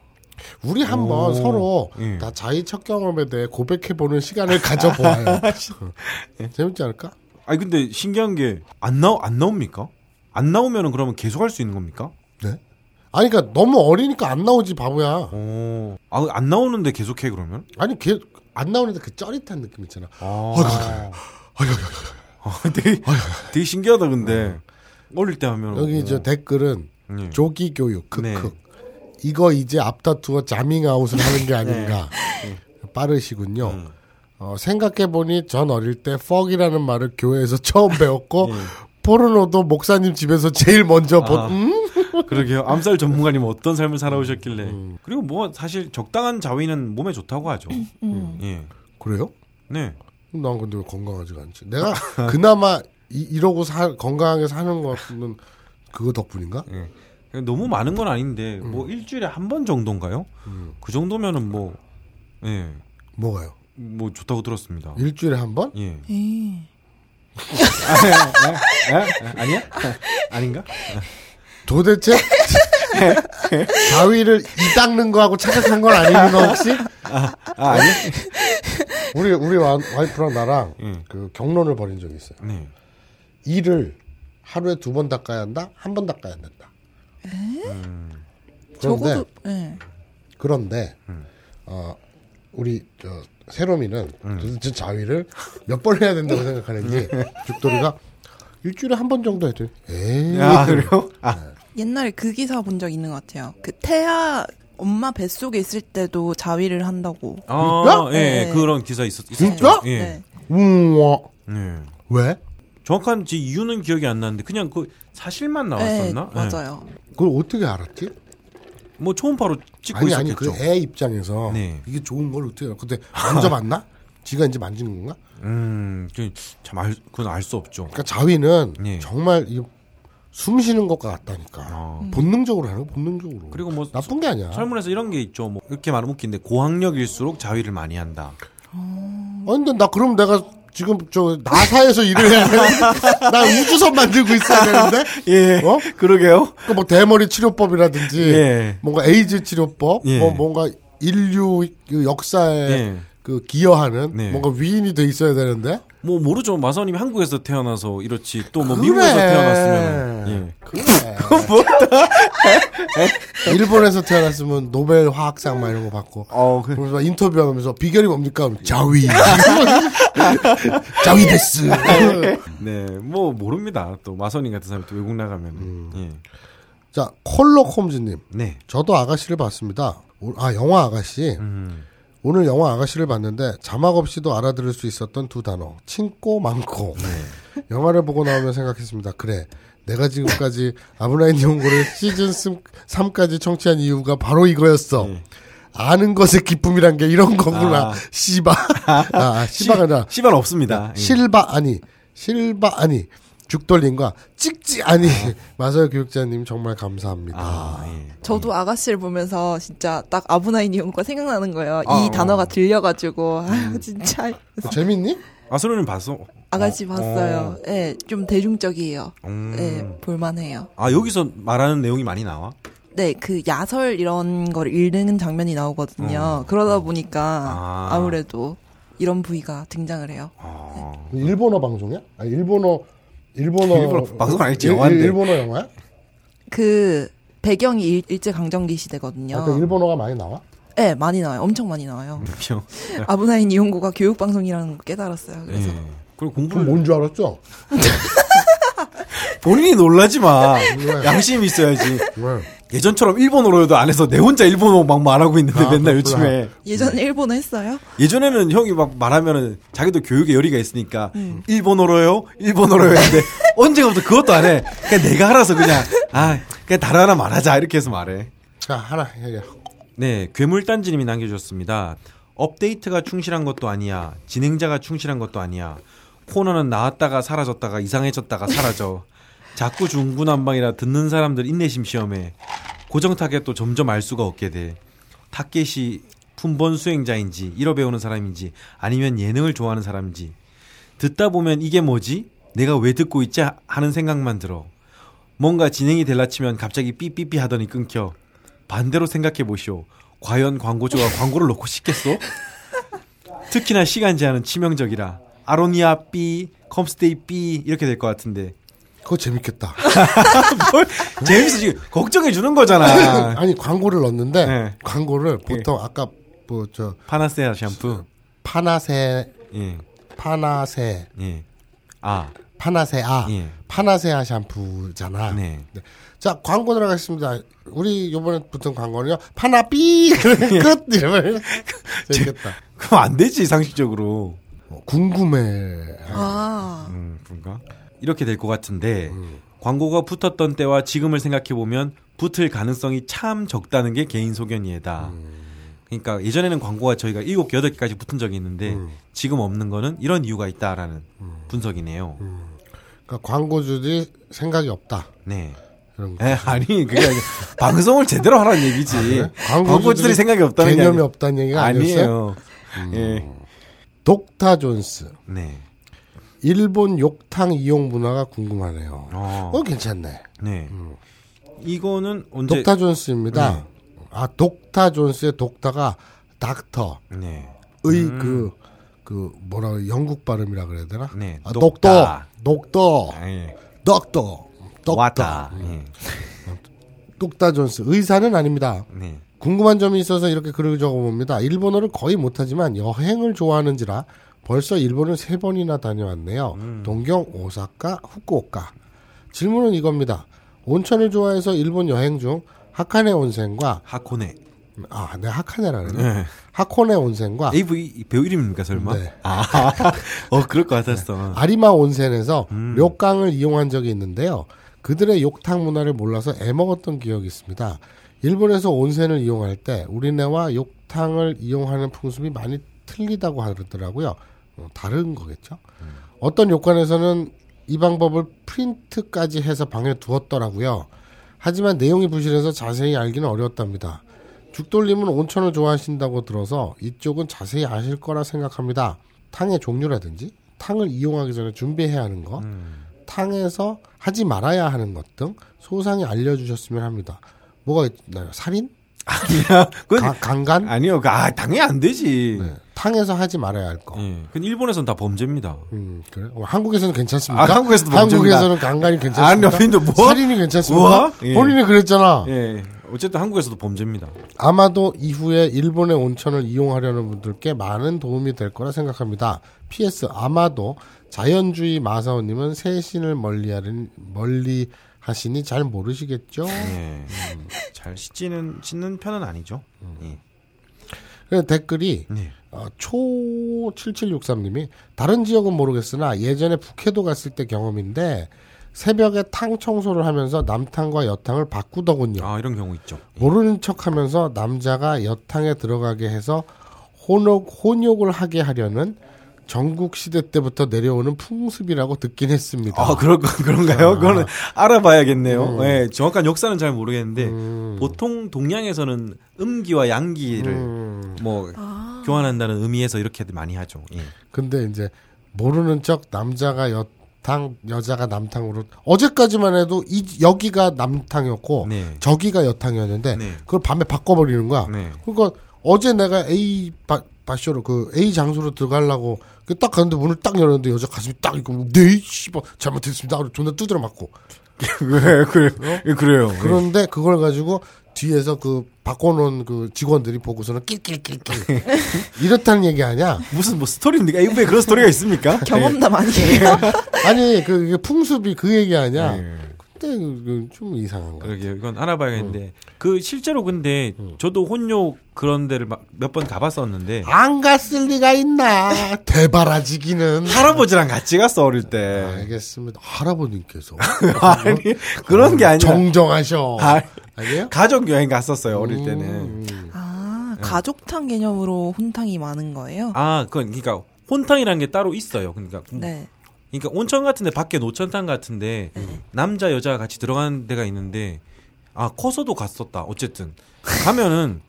S1: 우리 한번
S3: 오,
S1: 서로
S3: 예.
S1: 다 자기 첫 경험에 대해 고백해보는 시간을 가져보아요. 예. 재밌지 않을까?
S3: 아니 근데 신기한 게 안 나오 안 나옵니까? 안 나오면은 그러면 계속 할 수 있는 겁니까?
S1: 네. 아니 그러니까 너무 어리니까 안 나오지 바보야.
S3: 오, 아, 안 나오는데 계속해 그러면?
S1: 아니 걔 안 나오는데 그 쩌릿한 느낌 있잖아.
S3: 아,
S1: 아이고,
S3: 아, 되게, 되게 신기하다 근데 어릴 때 하면
S1: 여기
S3: 어,
S1: 저 댓글은
S3: 예.
S1: 조기 교육 크크.
S3: 네.
S1: 이거 이제 앞다투어 자밍아웃을 하는 게 아닌가.
S3: 네.
S1: 예. 빠르시군요.
S3: 음.
S1: 어, 생각해보니 전 어릴 때 퍽이라는 말을 교회에서 처음 배웠고 포르노도 목사님 집에서 제일 먼저 본.
S3: 예. 아.
S1: 음?
S3: 그러게요. 암살 전문가님 어떤 삶을 살아오셨길래 그리고 뭐 사실 적당한 자위는 몸에 좋다고 하죠. 예,
S1: 그래요?
S3: 네.
S1: 난 근데 왜 건강하지가 않지? 내가 그나마 이, 러고 사, 건강하게 사는 거는 그거 덕분인가?
S3: 예. 너무 많은 건 아닌데
S1: 음.
S3: 뭐 일주일에 한 번 정도인가요? 그 정도면은 뭐 예.
S1: 뭐가요?
S3: 뭐 좋다고 들었습니다.
S1: 일주일에 한 번?
S3: 예.
S2: 에이.
S3: 아니야? 아닌가?
S1: 도대체 가위를 이 닦는 거하고 착각한 건 아니는 거 혹시?
S3: 아, 아니?
S1: 우리 우리 와, 이프랑 나랑
S3: 음.
S1: 그 경론을 벌인 적이 있어요.
S3: 네.
S1: 이를 하루에 두 번 닦아야 한다, 한 번 닦아야 안 된다. 그런데
S2: 적어도 예.
S1: 그런데
S3: 음.
S1: 어, 우리 저 세롬이는
S3: 음.
S1: 도대체 자위를 몇 번 해야 된다고 생각하는지 죽돌이가 일주일에 한 번 정도 해도 에이
S3: 아, 그래요? 아,
S2: 옛날에 그 기사 본 적 있는 것 같아요. 그 태아 엄마 뱃속에 있을 때도 자위를 한다고.
S3: 아, 예,
S2: 네.
S3: 그런 기사 있었, 있었죠.
S1: 진짜?
S3: 예.
S2: 네.
S1: 우와
S3: 예.
S1: 왜?
S3: 정확한 제 이유는 기억이 안 나는데 그냥 그 사실만
S2: 네,
S3: 나왔었나? 예.
S2: 맞아요.
S1: 그걸 어떻게 알았지?
S3: 뭐 초음파로 찍고
S1: 아니 아니
S3: 있었겠죠.
S1: 그 애 입장에서
S3: 네.
S1: 이게 좋은 걸 어떻게 알아? 근데 만져봤나? 지가 이제 만지는 건가?
S3: 음, 그, 참 알, 그건 알 수 없죠.
S1: 그러니까 자위는
S3: 네.
S1: 정말 이, 숨 쉬는 것과 같다니까
S3: 아.
S1: 본능적으로 하는 거 본능적으로
S3: 그리고 뭐
S1: 나쁜 게 아니야
S3: 설문에서 이런 게 있죠. 뭐 이렇게 말하면 웃긴데 고학력일수록 자위를 많이 한다.
S1: 아니, 근데 나 그럼 내가 지금 저 나사에서 일을 해야 되는데 나 우주선 만들고 있어야 되는데
S3: 예.
S1: 어?
S3: 그러게요.
S1: 그뭐 대머리 치료법이라든지
S3: 예.
S1: 뭔가 에이즈 치료법
S3: 예.
S1: 뭐 뭔가 인류 그 역사에
S3: 예.
S1: 그 기여하는
S3: 네.
S1: 뭔가 위인이 돼 있어야 되는데
S3: 뭐 모르죠. 마사오님 한국에서 태어나서 이렇지 또 뭐
S1: 그래.
S3: 미국에서 태어났으면 예.
S1: 그래 일본에서 태어났으면 노벨 화학상 막 이런 거 받고
S3: 어, 그,
S1: 그러면서 막 인터뷰하면서 비결이 뭡니까 그럼 자위 자위 데스
S3: 네, 뭐 모릅니다. 또 마선님 같은 사람이 또 외국 나가면 은
S1: 자 콜로콤즈님
S3: 예. 네,
S1: 저도 아가씨를 봤습니다. 오- 아 영화 아가씨. 오늘 영화 아가씨를 봤는데 자막 없이도 알아들을 수 있었던 두 단어 친꼬 많고
S3: 네.
S1: 영화를 보고 나오면 생각했습니다. 그래 내가 지금까지 아브라인 연구를 시즌 3까지 청취한 이유가 바로 이거였어. 아는 것의 기쁨이란 게 이런 거구나.
S3: 네. 아.
S1: 씨바. 아, 씨바가 아니라
S3: 시발 없습니다. 예.
S1: 실바 아니 실바 아니 죽돌림과 찍지 아니 마사요 교육자님 정말 감사합니다.
S3: 아, 예.
S2: 저도 아가씨를 보면서 진짜 딱 아브나인 이용과 생각나는 거예요.
S3: 아,
S2: 이
S3: 어. 음.
S2: 단어가 들려가지고 아유 진짜
S3: 예.
S1: 재밌니?
S3: 마선님 봤어?
S2: 아가씨
S3: 어,
S2: 봤어요.
S3: 어.
S2: 예, 좀 대중적이에요.
S3: 음.
S2: 예, 볼만해요.
S3: 아 여기서 말하는 내용이 많이 나와?
S2: 네, 그 야설 이런 걸 읽는 장면이 나오거든요. 그러다 보니까
S3: 어. 음. 아.
S2: 아. 무래도 이런 부위가 등장을 해요.
S3: 아,
S1: 일본어 방송이야? 아 일본어 일본어
S3: 일본어 방송 아니지,
S1: 일- 일-
S3: 영화인데.
S1: 일본어 영화야?
S2: 그 배경이 일, 일제 강점기
S3: 아,
S2: 시대거든요.
S1: 그러니까 일본어가 많이 나와?
S2: 네, 많이 나와요. 엄청 많이 나와요.
S3: 병.
S2: 아브나인 이용고가 교육방송이라는 걸 깨달았어요.
S3: 예.
S2: 그래서
S1: 그럼
S3: 그리고 공부를
S1: 뭔 줄 알았죠?
S3: 본인이 놀라지 마.
S1: 왜?
S3: 양심 있어야지.
S1: 왜?
S3: 예전처럼 일본어로도 안 해서 내 혼자 일본어 막 말하고 있는데
S1: 아,
S3: 맨날
S1: 그렇구나.
S3: 요즘에
S2: 예전에 일본어
S3: 네.
S2: 했어요?
S3: 예전에는 형이 막 말하면은 자기도 교육에 열의가 있으니까 일본어로요, 일본어로요 했는데 언제부터 그것도 안 해. 그냥 내가 알아서 그냥 아 그냥 다른 하나 말하자 이렇게 해서 말해.
S1: 자 하나 해야.
S3: 네, 괴물단지님이 남겨주셨습니다. 업데이트가 충실한 것도 아니야. 진행자가 충실한 것도 아니야. 코너는 나왔다가 사라졌다가 이상해졌다가 사라져. 자꾸 중구난방이라 듣는 사람들 인내심 시험에 고정 타겟도 점점 알 수가 없게 돼. 타겟이 품번 수행자인지 잃어배우는 사람인지 아니면 예능을 좋아하는 사람인지 듣다 보면 이게 뭐지? 내가 왜 듣고 있지? 하는 생각만 들어. 뭔가 진행이 될라치면 갑자기 삐삐삐 하더니 끊겨. 반대로 생각해 보시오. 과연 광고주가 광고를 놓고 싶겠소? 특히나 시간 제한은 치명적이라 아로니아 B, 컴스테이 B 이렇게 될 것 같은데
S1: 그거 재밌겠다.
S3: 뭘 재밌어 지금 걱정해 주는 거잖아.
S1: 아니 광고를 넣었는데
S3: 네.
S1: 광고를 보통 아까 뭐 저
S3: 파나세아 샴푸.
S1: 파나세
S3: 예,
S1: 파나세
S3: 예. 아,
S1: 파나세아
S3: 예.
S1: 파나세아 샴푸잖아.
S3: 네.
S1: 네. 자 광고 들어가겠습니다. 우리 요번에 붙은 광고는요. 파나삐 끝 이러면
S3: 예.
S1: 재밌겠다.
S3: 그럼 안 되지 상식적으로.
S1: 어, 궁금해.
S2: 아,
S3: 음, 그런가? 이렇게 될 것 같은데 광고가 붙었던 때와 지금을 생각해 보면 붙을 가능성이 참 적다는 게 개인 소견이에다. 그러니까 예전에는 광고가 저희가 일곱 개 여덟 개까지 붙은 적이 있는데
S1: 음.
S3: 지금 없는 거는 이런 이유가 있다라는 분석이네요.
S1: 그러니까 광고주들이 생각이 없다.
S3: 네.
S1: 그런 거.
S3: 에, 아니 그게 아니라 방송을 제대로 하라는 얘기지.
S1: 아, 그래?
S3: 광고주들이 생각이 없다는 게
S1: 개념이
S3: 아니-
S1: 없다는 얘기가 아니었어요. 음.
S3: 아니에요. 예.
S1: 독타 존스.
S3: 네.
S1: 일본 욕탕 이용 문화가 궁금하네요.
S3: 어.
S1: 어, 괜찮네.
S3: 네. 이거는 언제?
S1: 음.
S3: 음.
S1: 독타 존스입니다. 아, 독타 존스의 독타가 닥터,
S3: 네.
S1: 의 그, 그, 뭐라, 영국 발음이라 그래야 되나?
S3: 네,
S1: 아,
S3: 독타.
S1: 독터, 독터,
S3: 아, 예.
S1: 독터,
S3: 왔다.
S1: 독터.
S3: 예.
S1: 독타 존스. 의사는 아닙니다.
S3: 네.
S1: 궁금한 점이 있어서 이렇게 글을 적어봅니다. 일본어를 거의 못하지만 여행을 좋아하는지라 벌써 일본을 세 번이나 다녀왔네요. 동경, 오사카, 후쿠오카. 질문은 이겁니다. 온천을 좋아해서 일본 여행 중 하카네 온센과
S3: 하코네.
S1: 아, 네 하카네라 그러네.
S3: 네.
S1: 하코네 온센과
S3: AV 배우 이름입니까 설마?
S1: 아. 네.
S3: 아, 어 그럴 것 같았어.
S1: 아리마 온센에서 료깡을 이용한 적이 있는데요. 그들의 욕탕 문화를 몰라서 애먹었던 기억이 있습니다. 일본에서 온센을 이용할 때 우리네와 욕탕을 이용하는 풍습이 많이 틀리다고 하더라고요. 어, 다른 거겠죠? 어떤 욕관에서는 이 방법을 프린트까지 해서 방에 두었더라고요. 하지만 내용이 부실해서 자세히 알기는 어려웠답니다. 죽돌님은 온천을 좋아하신다고 들어서 이쪽은 자세히 아실 거라 생각합니다. 탕의 종류라든지 탕을 이용하기 전에 준비해야 하는 것, 탕에서 하지 말아야 하는 것 등 소상히 알려주셨으면 합니다. 뭐가 있나요? 살인?
S3: 아니야. 그건
S1: 가- 강간?
S3: 아니요. 아 당연히 안 되지.
S1: 네. 탕에서 하지 말아야 할 거.
S3: 예. 그건 일본에선 다 범죄입니다.
S1: 음, 그래? 어, 한국에서는 괜찮습니까?
S3: 아, 한국에서도
S1: 한국에서는 강간이 괜찮습니까?
S3: 아니, 근데 뭐?
S1: 살인이 괜찮습니까?
S3: 우와? 예.
S1: 본인이 그랬잖아.
S3: 예. 어쨌든 한국에서도 범죄입니다.
S1: 아마도 이후에 일본의 온천을 이용하려는 분들께 많은 도움이 될 거라 생각합니다. PS 아마도 자연주의 마사오님은 새신을 멀리하는 멀리 하시니 잘 모르시겠죠?
S3: 예. 음, 잘 씻지는 씻는 편은 아니죠. 예.
S1: 그래서 댓글이
S3: 네.
S1: 어, 초 7763님이 다른 지역은 모르겠으나 예전에 북해도 갔을 때 경험인데 새벽에 탕 청소를 하면서 남탕과 여탕을 바꾸더군요.
S3: 아 이런 경우 있죠.
S1: 모르는 척 하면서 남자가 여탕에 들어가게 해서 혼욕, 혼욕을 하게 하려는 전국시대 때부터 내려오는 풍습이라고 듣긴 했습니다.
S3: 아, 그럴, 거- 그런가요? 그거는 알아봐야겠네요. 예, 정확한 역사는 잘 모르겠는데, 보통 동양에서는 음기와 양기를 뭐, 교환한다는 의미에서 이렇게 많이 하죠. 예.
S1: 근데 이제 모르는 척 남자가 여탕, 여자가 남탕으로 어제까지만 해도 이, 여기가 남탕이었고
S3: 네.
S1: 저기가 여탕이었는데
S3: 네.
S1: 그걸 밤에 바꿔버리는 거야.
S3: 네.
S1: 그러니까 어제 내가 A 바, 바쇼로 그 A 장소로 들어가려고 그딱 갔는데 문을 딱 열었는데 여자 가슴이 딱 있고 네 씨발 잘못했습니다. 하고 존나 두드려 맞고
S3: 그래, 네, 그래, 예, 그래요.
S1: 그런데 그걸 가지고 뒤에서 그 바꿔놓은 그 직원들이 보고서는 낄낄낄낄 이렇다는 얘기 아니야?
S3: 무슨 뭐 스토리인데, 에이브에 그런 스토리가 있습니까? 예.
S2: 경험담 아니에요?
S1: 아니 그 이게 풍습이 그 얘기 아니야? 근데 그좀 이상한 거야.
S3: 네. 그러게요. 이건 알아봐야겠는데, 그, 실제로 근데, 저도 혼욕 그런 데를 몇 번 가봤었는데,
S1: 안 갔을 리가 있나? 대바라지기는.
S3: 할아버지랑 같이 갔어, 어릴 때.
S1: 알겠습니다. 할아버님께서
S3: 아니, 어, 그런 게 아니라,
S1: 정정하셔.
S3: 아,
S1: 아니에요?
S3: 가족 여행 갔었어요, 어릴 때는.
S2: 아, 가족탕 개념으로 혼탕이 많은 거예요?
S3: 네. 아, 그건 그러니까 혼탕이라는 게 따로 있어요. 그러니까
S2: 네.
S3: 그러니까 온천 같은데 밖에 노천탕 같은데 남자 여자 가 같이 들어가는 데가 있는데 아 커서도 갔었다. 어쨌든 가면은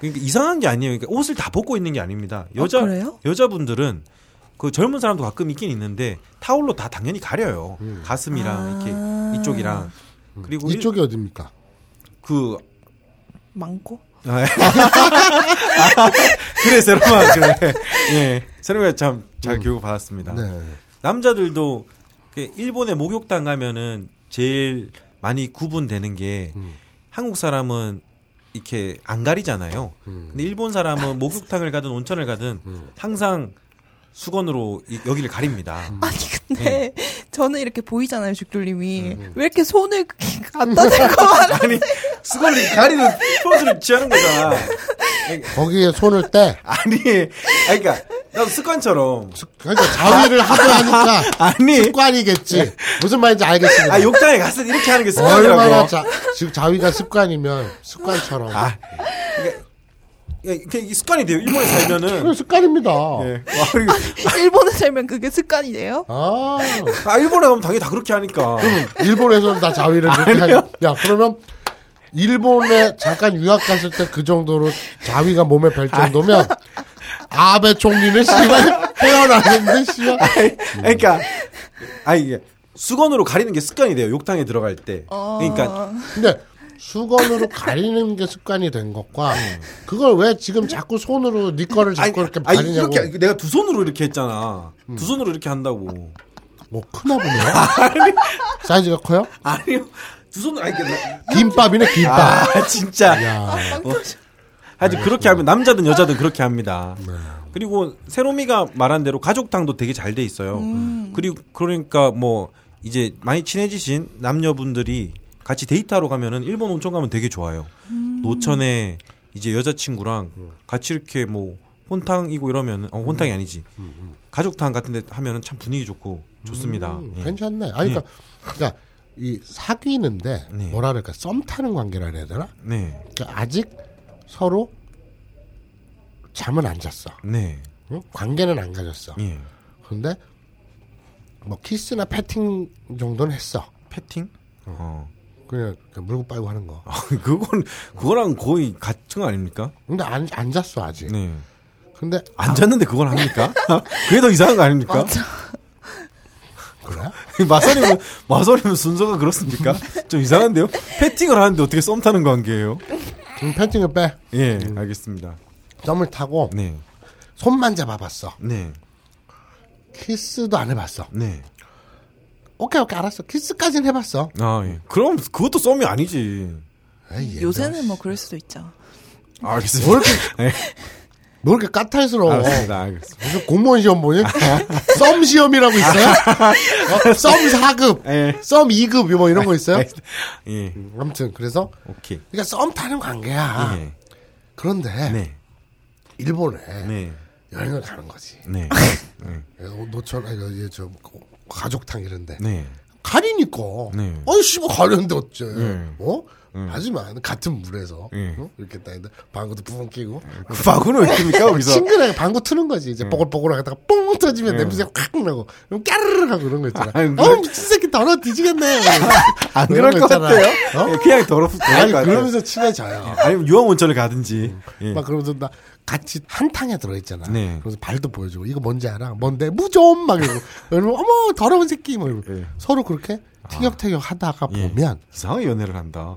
S3: 그러니까 이상한 게 아니에요. 그러니까 옷을 다 벗고 있는 게 아닙니다. 여자
S2: 그래요?
S3: 여자분들은 그 젊은 사람도 가끔 있긴 있는데 타올로 다 당연히 가려요. 가슴이랑
S2: 아.
S3: 이렇게 이쪽이랑 그리고 일-
S1: 음. 이쪽이 어딥니까?
S3: 그
S2: 많고?
S3: 아, 그래 세로마 그래 예 세로마 참 잘 교육 받았습니다.
S1: 음. 네.
S3: 남자들도 그 일본의 목욕탕 가면은 제일 많이 구분되는 게 한국 사람은 이렇게 안 가리잖아요. 근데 일본 사람은 목욕탕을 가든 온천을 가든 항상 수건으로 이- 여기를 가립니다.
S2: 아니 근데
S3: 네.
S2: 저는 이렇게 보이잖아요 죽돌님이
S3: 음.
S2: 왜 이렇게 손을 갖다 대고만
S3: 아니 수건을 이렇게 가리는 포즈를 취하는 거잖아.
S1: 거기에 손을 떼.
S3: 아니, 아니 그러니까 나도 습관처럼
S1: 그러니까 자위를 하도 하니까
S3: 아. 아니 네.
S1: 습관이겠지. 무슨 말인지 알겠습니다.
S3: 아 욕탕에 갔을 때 이렇게 하는 게
S1: 얼마나
S3: 습관이라고.
S1: 자, 지금 자위가 습관이면 습관처럼.
S3: 아, 예, 그게 이게 습관이 돼요.
S1: 그래
S3: 일본에 살면은.
S1: 습관입니다.
S3: 예. 와, 그리고-
S2: 일본에 살면 그게 습관이에요?
S1: 아
S3: 아 일본에 가면 당연히 다 그렇게 하니까.
S1: 일본에서는 다 자위를 그렇게 하냐? 야 그러면
S3: 아.
S1: 일본에 잠깐 유학 갔을 때 그 정도로 자위가 몸에 벨 정도면 아베 총리는 씨발 태어나는데 씨발
S3: 그러니까 아니 이게 수건으로 가리는 게 습관이 돼요. 욕탕에 들어갈 때. 그러니까
S1: 근데 수건으로 가리는 게 습관이 된 것과 그걸 왜 지금 자꾸 손으로 네 거를 자꾸 이렇게
S3: 아니,
S1: 가리냐고 음.
S3: 이렇게 내가 두 손으로 이렇게 했잖아. 두 손으로 이렇게 한다고.
S1: 뭐 크나 보네요 사이즈가 커요?
S3: 아니요. 두 손으로 아니 이렇게
S1: 김밥이네 김밥
S3: 아 진짜.
S1: 야 네.
S3: 하여튼 그렇게 하면 남자든 여자든 그렇게 합니다. 그리고 세로미가 말한 대로 가족탕도 되게 잘 돼 있어요. 그리고 그러니까 뭐 이제 많이 친해지신 남녀분들이 같이 데이트하러 가면은 일본 온천 가면 되게 좋아요. 노천에 이제 여자친구랑 같이 이렇게 뭐 혼탕이고 이러면 어
S1: 음.
S3: 혼탕이 아니지 가족탕 같은데 하면은 참 분위기 좋고 좋습니다.
S1: 음,
S3: 예.
S1: 괜찮네. 아니, 그러니까, 그러니까 이 사귀는데
S3: 네.
S1: 뭐라 그럴까 썸 타는 관계라 해야 되나?
S3: 네,
S1: 그러니까 아직 서로 잠은 안 잤어.
S3: 네,
S1: 응? 관계는 안 가졌어.
S3: 예.
S1: 그런데 뭐 키스나 패팅 정도는 했어.
S3: 패팅? 어,
S1: 그냥, 그냥 물고 빨고 하는 거.
S3: 그건 그거랑 거의 같은 거 아닙니까?
S1: 근데 안, 안 잤어 아직.
S3: 네.
S1: 근데
S3: 앉았는데 그걸 합니까? 그게 더 이상한 거 아닙니까?
S1: 그래?
S3: 마사리면 마사리면 순서가 그렇습니까? 좀 이상한데요? 패팅을 하는데 어떻게 썸 타는 관계예요?
S1: 음, 패팅을 빼.
S3: 예, 알겠습니다.
S1: 썸을 타고
S3: 네,
S1: 손만 잡아봤어.
S3: 네,
S1: 키스도 안 해봤어.
S3: 네.
S1: 오케이 오케이 알았어. 키스까지는 해봤어.
S3: 아, 예. 그럼 그것도 썸이 아니지.
S1: 에이,
S3: 그렇죠.
S1: 얘들아.
S2: 요새는 뭐 그럴 수도 있죠.
S3: 알겠습니다. 네,
S1: 뭐 이렇게 뭐 이렇게 까탈스러워.
S3: 알겠습니다. 알겠습니다.
S1: 무슨 공무원 시험 보니? 썸 시험이라고 있어요? 어, 썸 4급,
S3: 예.
S1: 썸 2급 뭐 이런 거 있어요?
S3: 예,
S1: 아무튼 그래서
S3: 오케이.
S1: 그러니까 썸 타는 관계야.
S3: 예,
S1: 그런데
S3: 네,
S1: 일본에
S3: 네,
S1: 여행을 가는 거지.
S3: 네, 네,
S1: 노천 아니 여기 저 가족탕 이런데
S3: 네.
S1: 가리니까
S3: 네.
S1: 아니 씨뭐 가려는데 어째?
S3: 네.
S1: 어? 하지만 같은 물에서
S3: 네.
S1: 어? 이렇게 따는데 방구도 부분 끼고
S3: 그 바구는 왜 씁니까 거기서? 네.
S1: 친근하게 방구 트는 거지. 이제 뽀글뽀글하다가 뽕 터지면 냄새가 콱 나고 그럼 까르르 하고 그런 거 있잖아.
S3: 아유,
S1: 어
S3: 그래.
S1: 미친 새끼 더러 뒤지겠네. 안
S3: 그럴 것 같아요. 예, 그냥 더럽.
S1: 어? 아니
S3: 아니 그러면서
S1: 그러면서 친해져요.
S3: 아니면 유황 온천을 가든지. 예.
S1: 막 그러면서 나 같이 한탕에 들어있잖아.
S3: 네.
S1: 그래서 발도 보여주고 이거 뭔지 알아? 뭔데? 무좀 막 이러고 그러면 어머 더러운 새끼 막 이러고
S3: 예.
S1: 서로 그렇게 티격태격 하다가
S3: 예.
S1: 보면
S3: 이상하게 연애를 한다.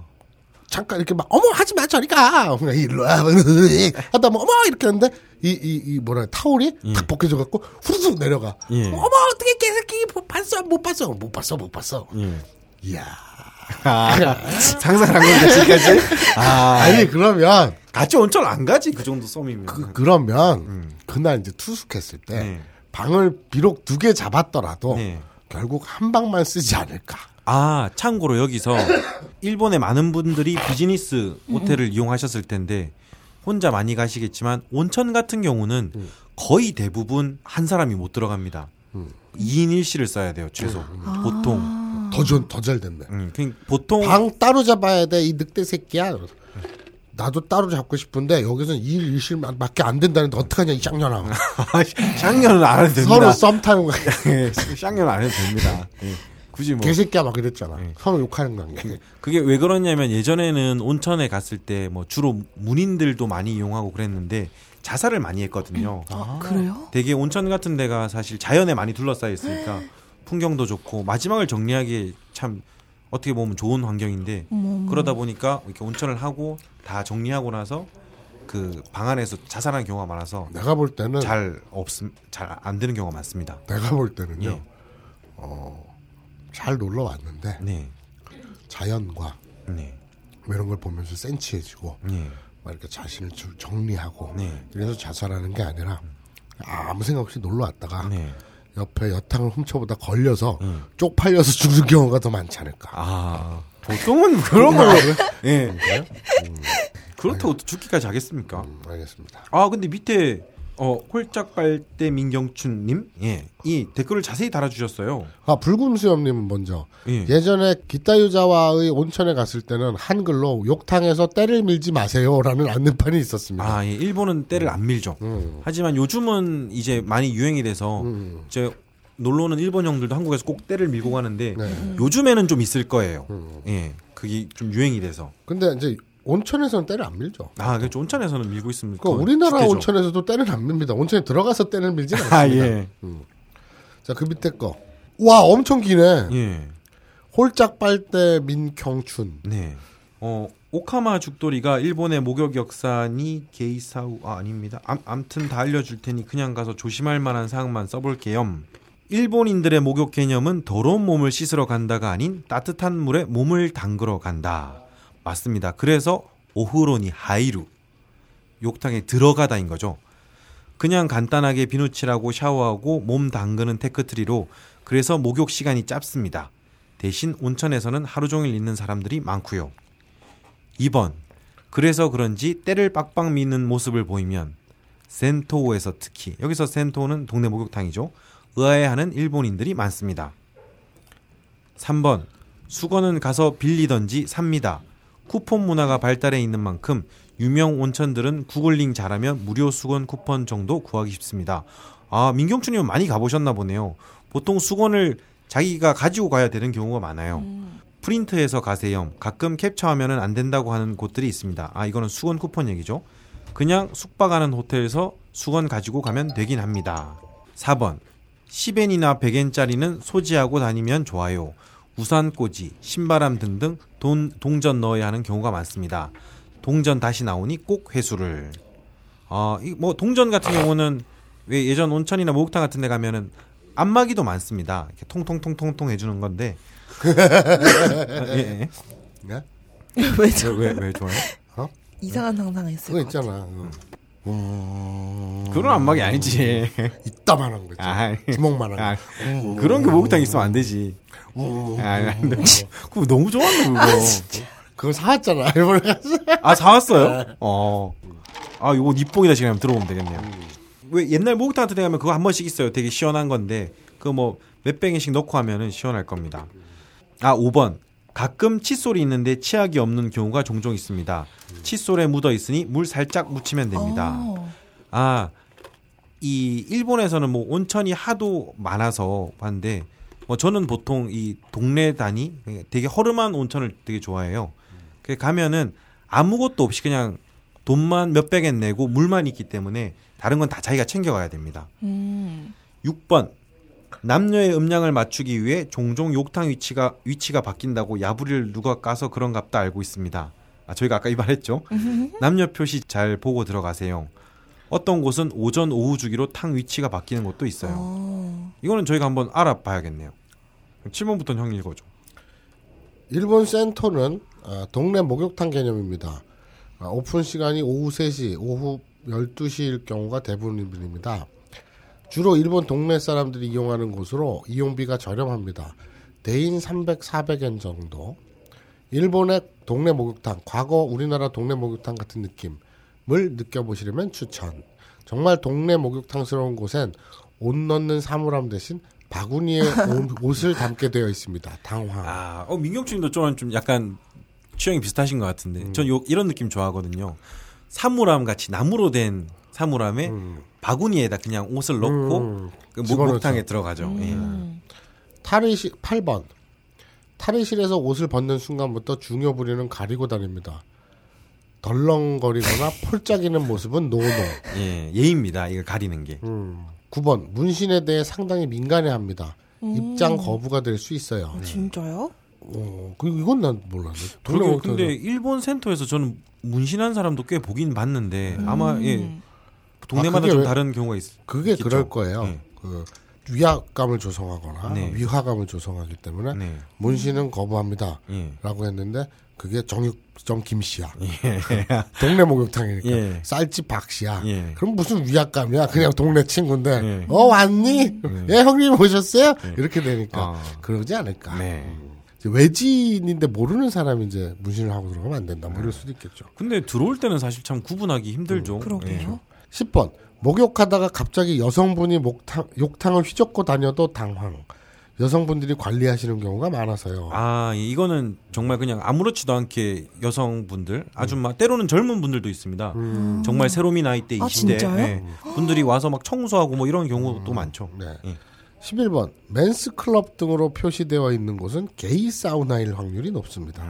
S1: 잠깐 이렇게 막 어머 하지 마 저리가 그냥 일로 와 하다 뭐 어머 이렇게 하는데 이 이 이 뭐라 타올이 탁 벗겨져 갖고 후루룩 내려가
S3: 예.
S1: 어머 어떻게 개새끼 못 봤어 못 봤어 못 봤어 못 봤어
S3: 예.
S1: 이야
S3: 아, 상상한 건데 지금까지. 아,
S1: 아니 그러면
S3: 같이 온천 안 가지 그 정도 썸이면.
S1: 그, 그러면 그날 이제 투숙했을 때
S3: 음. 네.
S1: 방을 비록 두 개 잡았더라도
S3: 네.
S1: 결국 한 방만 쓰지 않을까.
S3: 아, 참고로 여기서 일본의 많은 분들이 비즈니스 호텔을 이용하셨을 텐데 혼자 많이 가시겠지만 온천 같은 경우는 거의 대부분 한 사람이 못 들어갑니다. 이 2인 1실을 써야 돼요, 최소. 보통.
S1: 더좀더잘 됐네.
S3: 음, 그냥 보통
S1: 방 따로 잡아야 돼 이 늑대 새끼야. 이러면서. 나도 따로 잡고 싶은데 여기서는 일 일실밖에 안 된다는데 어떡하냐 이 짱년아.
S3: 쌍년은 안 해도 음. 됩니다.
S1: 서로 썸 타는 거야.
S3: 예, 쌍년은 안 해도 됩니다. 예, 굳이 뭐 네.
S1: 개새끼야 막 그랬잖아. 서로 욕하는 관계.
S3: 그게 왜 그러냐면 예전에는 온천에 갔을 때 뭐 주로 문인들도 많이 이용하고 그랬는데 자살을 많이 했거든요.
S2: 그래요?
S3: 되게 온천 같은 데가 사실 자연에 많이 둘러싸여 있으니까 풍경도 좋고 마지막을 정리하기 참 어떻게 보면 좋은 환경인데 그러다 보니까 이렇게 온천을 하고 다 정리하고 나서 그 방 안에서 자살하는 경우가 많아서
S1: 내가 볼 때는
S3: 잘 없음 잘 안 되는 경우가 많습니다.
S1: 내가 볼 때는요. 어,
S3: 예.
S1: 잘 놀러 왔는데
S3: 네,
S1: 자연과
S3: 네,
S1: 뭐 이런 걸 보면서 센치해지고
S3: 네,
S1: 막 이렇게 자신을 좀 정리하고
S3: 네.
S1: 그래서 자살하는 게 아니라 아무 생각 없이 놀러 왔다가
S3: 네.
S1: 옆에 여탕을 훔쳐보다 걸려서 쪽팔려서 죽는 경우가 더 많지 않을까.
S3: 아 보통은 그런 걸로 예 그렇다고 또 죽기까지 하겠습니까?
S1: 음, 알겠습니다.
S3: 아 근데 밑에 어 홀짝 빨대 민경춘님 예이 댓글을 자세히 달아주셨어요.
S1: 아 붉은 수염님은 먼저
S3: 예.
S1: 예전에 기타유자와의 온천에 갔을 때는 한글로 욕탕에서 때를 밀지 마세요라는 안내판이 있었습니다.
S3: 아, 예. 일본은 때를 안 밀죠.
S1: 음.
S3: 하지만 요즘은 이제 많이 유행이 돼서 이제 놀러오는 일본 형들도 한국에서 꼭 때를 밀고
S1: 네. 음.
S3: 가는데 요즘에는 좀 있을 거예요. 예, 그게 좀 유행이 돼서
S1: 근데 이제 온천에서는 때를 안 밀죠.
S3: 아, 그 온천에서는 밀고 있으면
S1: 그러니까
S3: 그건
S1: 우리나라
S3: 축제죠.
S1: 온천에서도 때는 안 밉니다. 온천에 들어가서 때는 밀진 않습니다.
S3: 아, 예.
S1: 자, 그 밑에 거. 와, 엄청 기네.
S3: 예.
S1: 홀짝 빨대 민경춘.
S3: 네. 어, 오카마 죽돌이가 일본의 목욕 역사니 게이사우 아 아닙니다. 암, 암튼 다 알려줄 테니 그냥 가서 조심할 만한 사항만 써볼게요. 일본인들의 목욕 개념은 더러운 몸을 씻으러 간다가 아닌 따뜻한 물에 몸을 담그러 간다. 맞습니다. 그래서 오후로니 하이루 욕탕에 들어가다인 거죠. 그냥 간단하게 비누칠하고 샤워하고 몸 담그는 테크트리로 그래서 목욕 시간이 짧습니다. 대신 온천에서는 하루 종일 있는 사람들이 많고요. 2번. 그래서 그런지 때를 빡빡 미는 모습을 보이면 센토에서 특히 여기서 센토는 동네 목욕탕이죠. 의아해하는 일본인들이 많습니다. 3번. 수건은 가서 빌리던지 삽니다. 쿠폰 문화가 발달해 있는 만큼 유명 온천들은 구글링 잘하면 무료 수건 쿠폰 정도 구하기 쉽습니다. 아, 민경춘님 많이 가보셨나 보네요. 보통 수건을 자기가 가지고 가야 되는 경우가 많아요. 프린트해서 가세요. 가끔 캡처하면 안 된다고 하는 곳들이 있습니다. 아, 이거는 수건 쿠폰 얘기죠. 그냥 숙박하는 호텔에서 수건 가지고 가면 되긴 합니다. 4번. 10엔이나 100엔짜리는 소지하고 다니면 좋아요. 우산꽂이, 신바람 등등 돈, 동전 넣어야 하는 경우가 많습니다. 동전 다시 나오니 꼭 회수를. 아, 이 뭐 동전 같은 경우는 왜 예전 온천이나 목욕탕 같은 데 가면은 안마기도 많습니다. 이렇게 통통통통통 해주는 건데. 예, 예.
S1: 네?
S2: 왜죠?
S3: 왜, 왜 좋아요?
S2: 이상한
S3: 네.
S2: 상상을 했을
S1: 그거
S2: 것 같아요.
S1: 있잖아. 어.
S3: 그런 안막이 아니지.
S1: 이따만한 거 있잖아.
S3: 아,
S1: 주먹만한 거.
S3: 아, 그런 게 목욕탕 있으면 안 되지. 아, 안 돼. 그거 너무 좋았네, 그거.
S1: 그거 사왔잖아. 일본에 가서.
S3: 아, 사왔어요? 어. 아, 요거 니뽕이다 지금 들어보면 되겠네요. 왜 옛날 목욕탕 같은 데 가면 그거 한 번씩 있어요. 되게 시원한 건데. 그 뭐 몇백 엔씩 넣고 하면은 시원할 겁니다. 아, 5번. 가끔 칫솔이 있는데 치약이 없는 경우가 종종 있습니다. 칫솔에 묻어 있으니 물 살짝 묻히면 됩니다.
S2: 어.
S3: 아, 이 일본에서는 뭐 온천이 하도 많아서 봤는데 뭐 저는 보통 이 동네 단위 되게 허름한 온천을 되게 좋아해요. 그 가면은 아무것도 없이 그냥 돈만 몇백 엔 내고 물만 있기 때문에 다른 건 다 자기가 챙겨가야 됩니다.
S2: 음.
S3: 6번 남녀의 음량을 맞추기 위해 종종 욕탕 위치가 위치가 바뀐다고 야부리를 누가 까서 그런갑다 알고 있습니다. 아 저희가 아까 이 말했죠. 남녀 표시 잘 보고 들어가세요. 어떤 곳은 오전 오후 주기로 탕 위치가 바뀌는 곳도 있어요.
S2: 어.
S3: 이거는 저희가 한번 알아봐야겠네요. 7번부터 형 읽어줘.
S1: 일본 센터는 아, 동네 목욕탕 개념입니다. 아, 오픈 시간이 오후 3시, 오후 12시일 경우가 대부분입니다. 주로 일본 동네 사람들이 이용하는 곳으로 이용비가 저렴합니다. 대인 300, 400엔 정도. 일본의 동네 목욕탕, 과거 우리나라 동네 목욕탕 같은 느낌을 느껴보시려면 추천. 정말 동네 목욕탕스러운 곳엔 옷 넣는 사물함 대신 바구니에 옷- 옷을 담게 되어 있습니다. 당황.
S3: 아, 어, 민경춘님도 좀, 좀 약간 취향이 비슷하신 것 같은데.
S1: 음.
S3: 전 요, 이런 느낌 좋아하거든요. 사물함 같이 나무로 된 사물함에 바구니에다 그냥 옷을 넣고
S1: 음.
S3: 그 목,
S1: 집어넣죠.
S3: 목탕에 들어가죠.
S2: 음.
S1: 탈의실 8번 탈의실에서 옷을 벗는 순간부터 중요 부리는 가리고 다닙니다. 덜렁거리거나 폴짝이는 모습은 노노.
S3: 예. 예. 예입니다. 이걸 가리는 게.
S1: 음. 9번 문신에 대해 상당히 민감해합니다. 입장 거부가 될 수 있어요.
S3: 네.
S2: 진짜요?
S1: 어, 그 이건 난 몰랐네.
S3: 그러게,
S1: 돌려먹기
S3: 근데 일본 센터에서 저는 문신한 사람도 꽤 보긴 봤는데
S2: 음.
S3: 아마 예.
S1: 아,
S3: 동네마다
S1: 그게
S3: 좀
S1: 왜-
S3: 다른 경우가 있,
S1: 그게
S3: 있겠죠.
S1: 그럴 거예요.
S3: 네.
S1: 그 위압감을 조성하거나
S3: 네.
S1: 위화감을 조성하기 때문에
S3: 네.
S1: 문신은 거부합니다.
S3: 예.
S1: 라고 했는데 그게 정육점 김씨야. 동네 목욕탕이니까
S3: 예.
S1: 쌀집 박씨야.
S3: 예.
S1: 그럼 무슨 위압감이야? 그냥 동네 친구인데
S3: 예.
S1: 어 왔니? 예, 형님 오셨어요? 이렇게 되니까
S3: 아.
S1: 그러지 않을까. 음.
S3: 네.
S1: 이제 외지인인데 모르는 사람이 이제 문신을 하고 들어가면 안 된다. 뭐
S3: 네.
S1: 이럴 수도 있겠죠.
S3: 근데 들어올 때는 사실 참 구분하기 힘들죠.
S2: 음.
S3: 예. 네.
S2: 그러게요.
S1: 10번 목욕하다가 갑자기 여성분이 목탕, 욕탕을 휘젓고 다녀도 당황. 여성분들이 관리하시는 경우가 많아서요.
S3: 아, 예, 이거는 정말 그냥 아무렇지도 않게 여성분들, 아줌마, 때로는 젊은 분들도 있습니다. 정말 새로미 나이 때
S2: 아,
S3: 20대
S2: 진짜요?
S3: 분들이 와서 막 청소하고 뭐 이런 경우도 많죠.
S1: 네.
S3: 예.
S1: 11번 맨스 클럽 등으로 표시되어 있는 곳은 게이 사우나일 확률이 높습니다.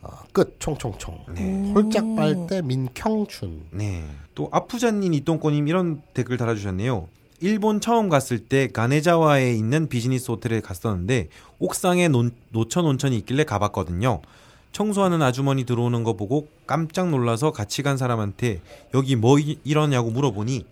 S1: 어, 끝 총총총 홀짝 빨대 민경춘
S3: 네. 또 아프자님 이똥꼬님 이런 댓글 달아주셨네요. 일본 처음 갔을 때 가네자와에 있는 비즈니스 호텔에 갔었는데 옥상에 논, 노천 온천이 있길래 가봤거든요. 청소하는 아주머니 들어오는 거 보고 깜짝 놀라서 같이 간 사람한테 여기 뭐 이, 이러냐고 물어보니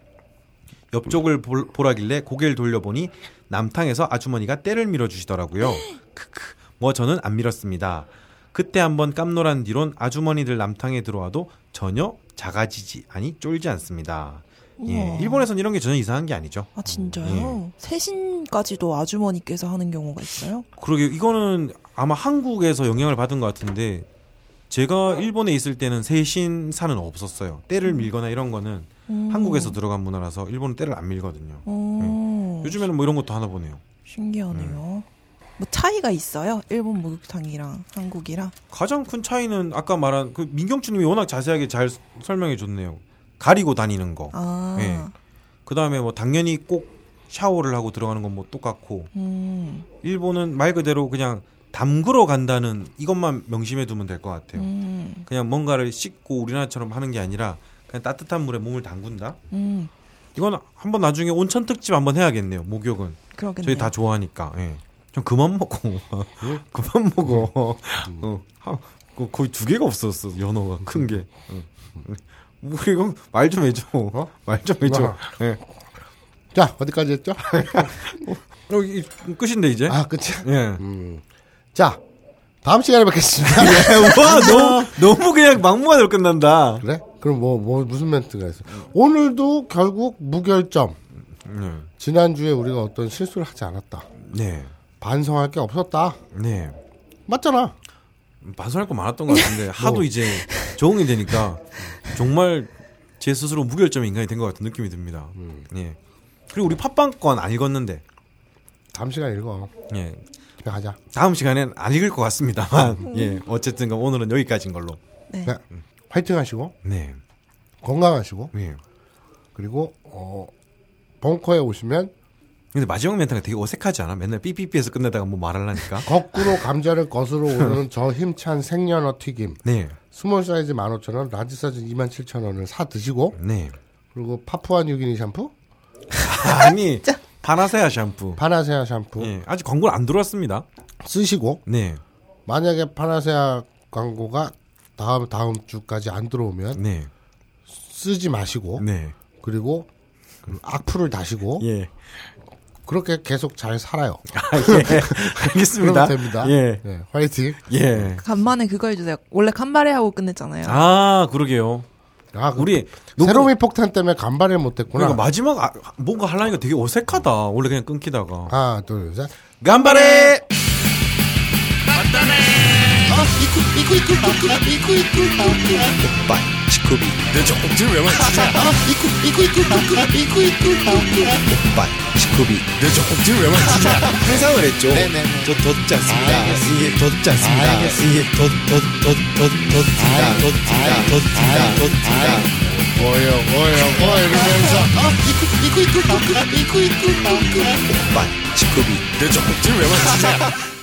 S3: 옆쪽을 볼- 보라길래 고개를 돌려보니 남탕에서 아주머니가 때를 밀어주시더라고요. 크크. 뭐 저는 안 밀었습니다. 그때 한번 깜놀한 뒤론 아주머니들 남탕에 들어와도 전혀 작아지지 아니 쫄지 않습니다. 예,
S2: 우와.
S3: 일본에선 이런 게 전혀 이상한 게 아니죠.
S2: 아
S3: 네.
S2: 진짜요? 세신까지도 아주머니께서 하는 경우가 있어요?
S3: 그러게 이거는 아마 한국에서 영향을 받은 것 같은데 제가 일본에 있을 때는 세신사는 없었어요. 때를 밀거나 이런 거는
S2: 음. 어.
S3: 한국에서 들어간 문화라서 일본은 때를 안 밀거든요.
S2: 오,
S3: 요즘에는 뭐 이런 것도 하나 보네요.
S2: 신기하네요. 뭐 차이가 있어요? 일본 목욕탕이랑 한국이랑?
S3: 가장 큰 차이는 아까 말한 그 민경춘님이 워낙 자세하게 잘 서- 설명해 줬네요. 가리고 다니는 거.
S2: 아,
S3: 예. 그 다음에 뭐 당연히 꼭 샤워를 하고 들어가는 건 뭐 똑같고
S2: 음,
S3: 일본은 말 그대로 그냥 담그러 간다는 이것만 명심해 두면 될 것 같아요.
S2: 음,
S3: 그냥 뭔가를 씻고 우리나라처럼 하는 게 아니라 그냥 따뜻한 물에 몸을 담근다.
S2: 음,
S3: 이건 한번 나중에 온천 특집 한번 해야겠네요. 목욕은
S2: 그러겠네요.
S3: 저희 다 좋아하니까. 예. 좀 그만 먹고 그만 먹어. 어. 하- 거- 거의 두 개가 없었어 연어가 큰 게. 응. 뭐 이거 말 좀 해줘. 말 좀 해줘.
S1: 와.
S3: 예.
S1: 자 어디까지 했죠?
S3: 어, 이- 끝인데 이제.
S1: 아 끝이야.
S3: 예.
S1: 자 다음 시간에 뵙겠습니다.
S3: 네. 와 너무 너무 그냥 막무가내로 끝난다.
S1: 그래? 그럼 뭐, 뭐 무슨 멘트가 있어? 오늘도 결국 무결점.
S3: 네.
S1: 지난주에 우리가 어떤 실수를 하지 않았다.
S3: 네.
S1: 반성할 게 없었다.
S3: 네.
S1: 맞잖아.
S3: 반성할 거 많았던 것 같은데 하도 이제 적응이 되니까 정말 제 스스로 무결점 인간이 된 것 같은 느낌이 듭니다. 예. 그리고 우리 팟빵 건 안 읽었는데
S1: 다음 시간에 읽어.
S3: 예.
S1: 집에 가자.
S3: 다음 시간엔 안 읽을 것 같습니다만 예. 어쨌든 간 오늘은 여기까지인 걸로.
S2: 네.
S1: 네. 화이팅 하시고,
S3: 네.
S1: 건강하시고,
S3: 예.
S1: 그리고, 어, 벙커에 오시면
S3: 근데 마지막 멘트가 되게 어색하지 않아? 맨날 삐삐삐에서 끝내다가 뭐 말하려니까.
S1: 거꾸로 감자를 거스러 오르는 저 힘찬 생연어 튀김.
S3: 네.
S1: 스몰 사이즈 15,000원, 라지 사이즈 27,000원을 사 드시고,
S3: 네.
S1: 그리고 파푸아 뉴기니 샴푸,
S3: 아니 바나세아 샴푸.
S1: 파나세아 샴푸
S3: 예. 아직 광고는 안 들어왔습니다.
S1: 쓰시고,
S3: 네.
S1: 만약에 파나세아 광고가 다음 다음 주까지 안 들어오면
S3: 네.
S1: 쓰지 마시고
S3: 네.
S1: 그리고 그 악플을 다시고
S3: 예.
S1: 그렇게 계속 잘 살아요.
S3: 아, 예. 알겠습니다.
S1: 그러면 됩니다.
S3: 예.
S1: 네, 화이팅.
S3: 예.
S2: 간만에 그거 해주세요. 원래 간발에 하고 끝냈잖아요.
S3: 아 그러게요.
S1: 아, 그
S3: 우리
S1: 세로미 폭탄 때문에 간발을 못했구나.
S3: 그러니까 마지막 아, 뭔가 하려니까 되게 어색하다. 원래 그냥 끊기다가
S1: 하나 둘 셋.
S3: 간발에
S8: 상을 했죠. 더 덧지 않습니다. 이게 덧지 않습니다. 이게 덧덧덧덧덧덧다 덧다 덧다 덧다.
S1: 뭐예요, 뭐예요, 뭐 이러면서
S8: 오빠 직급이. 내 적국지 왜 맞추냐?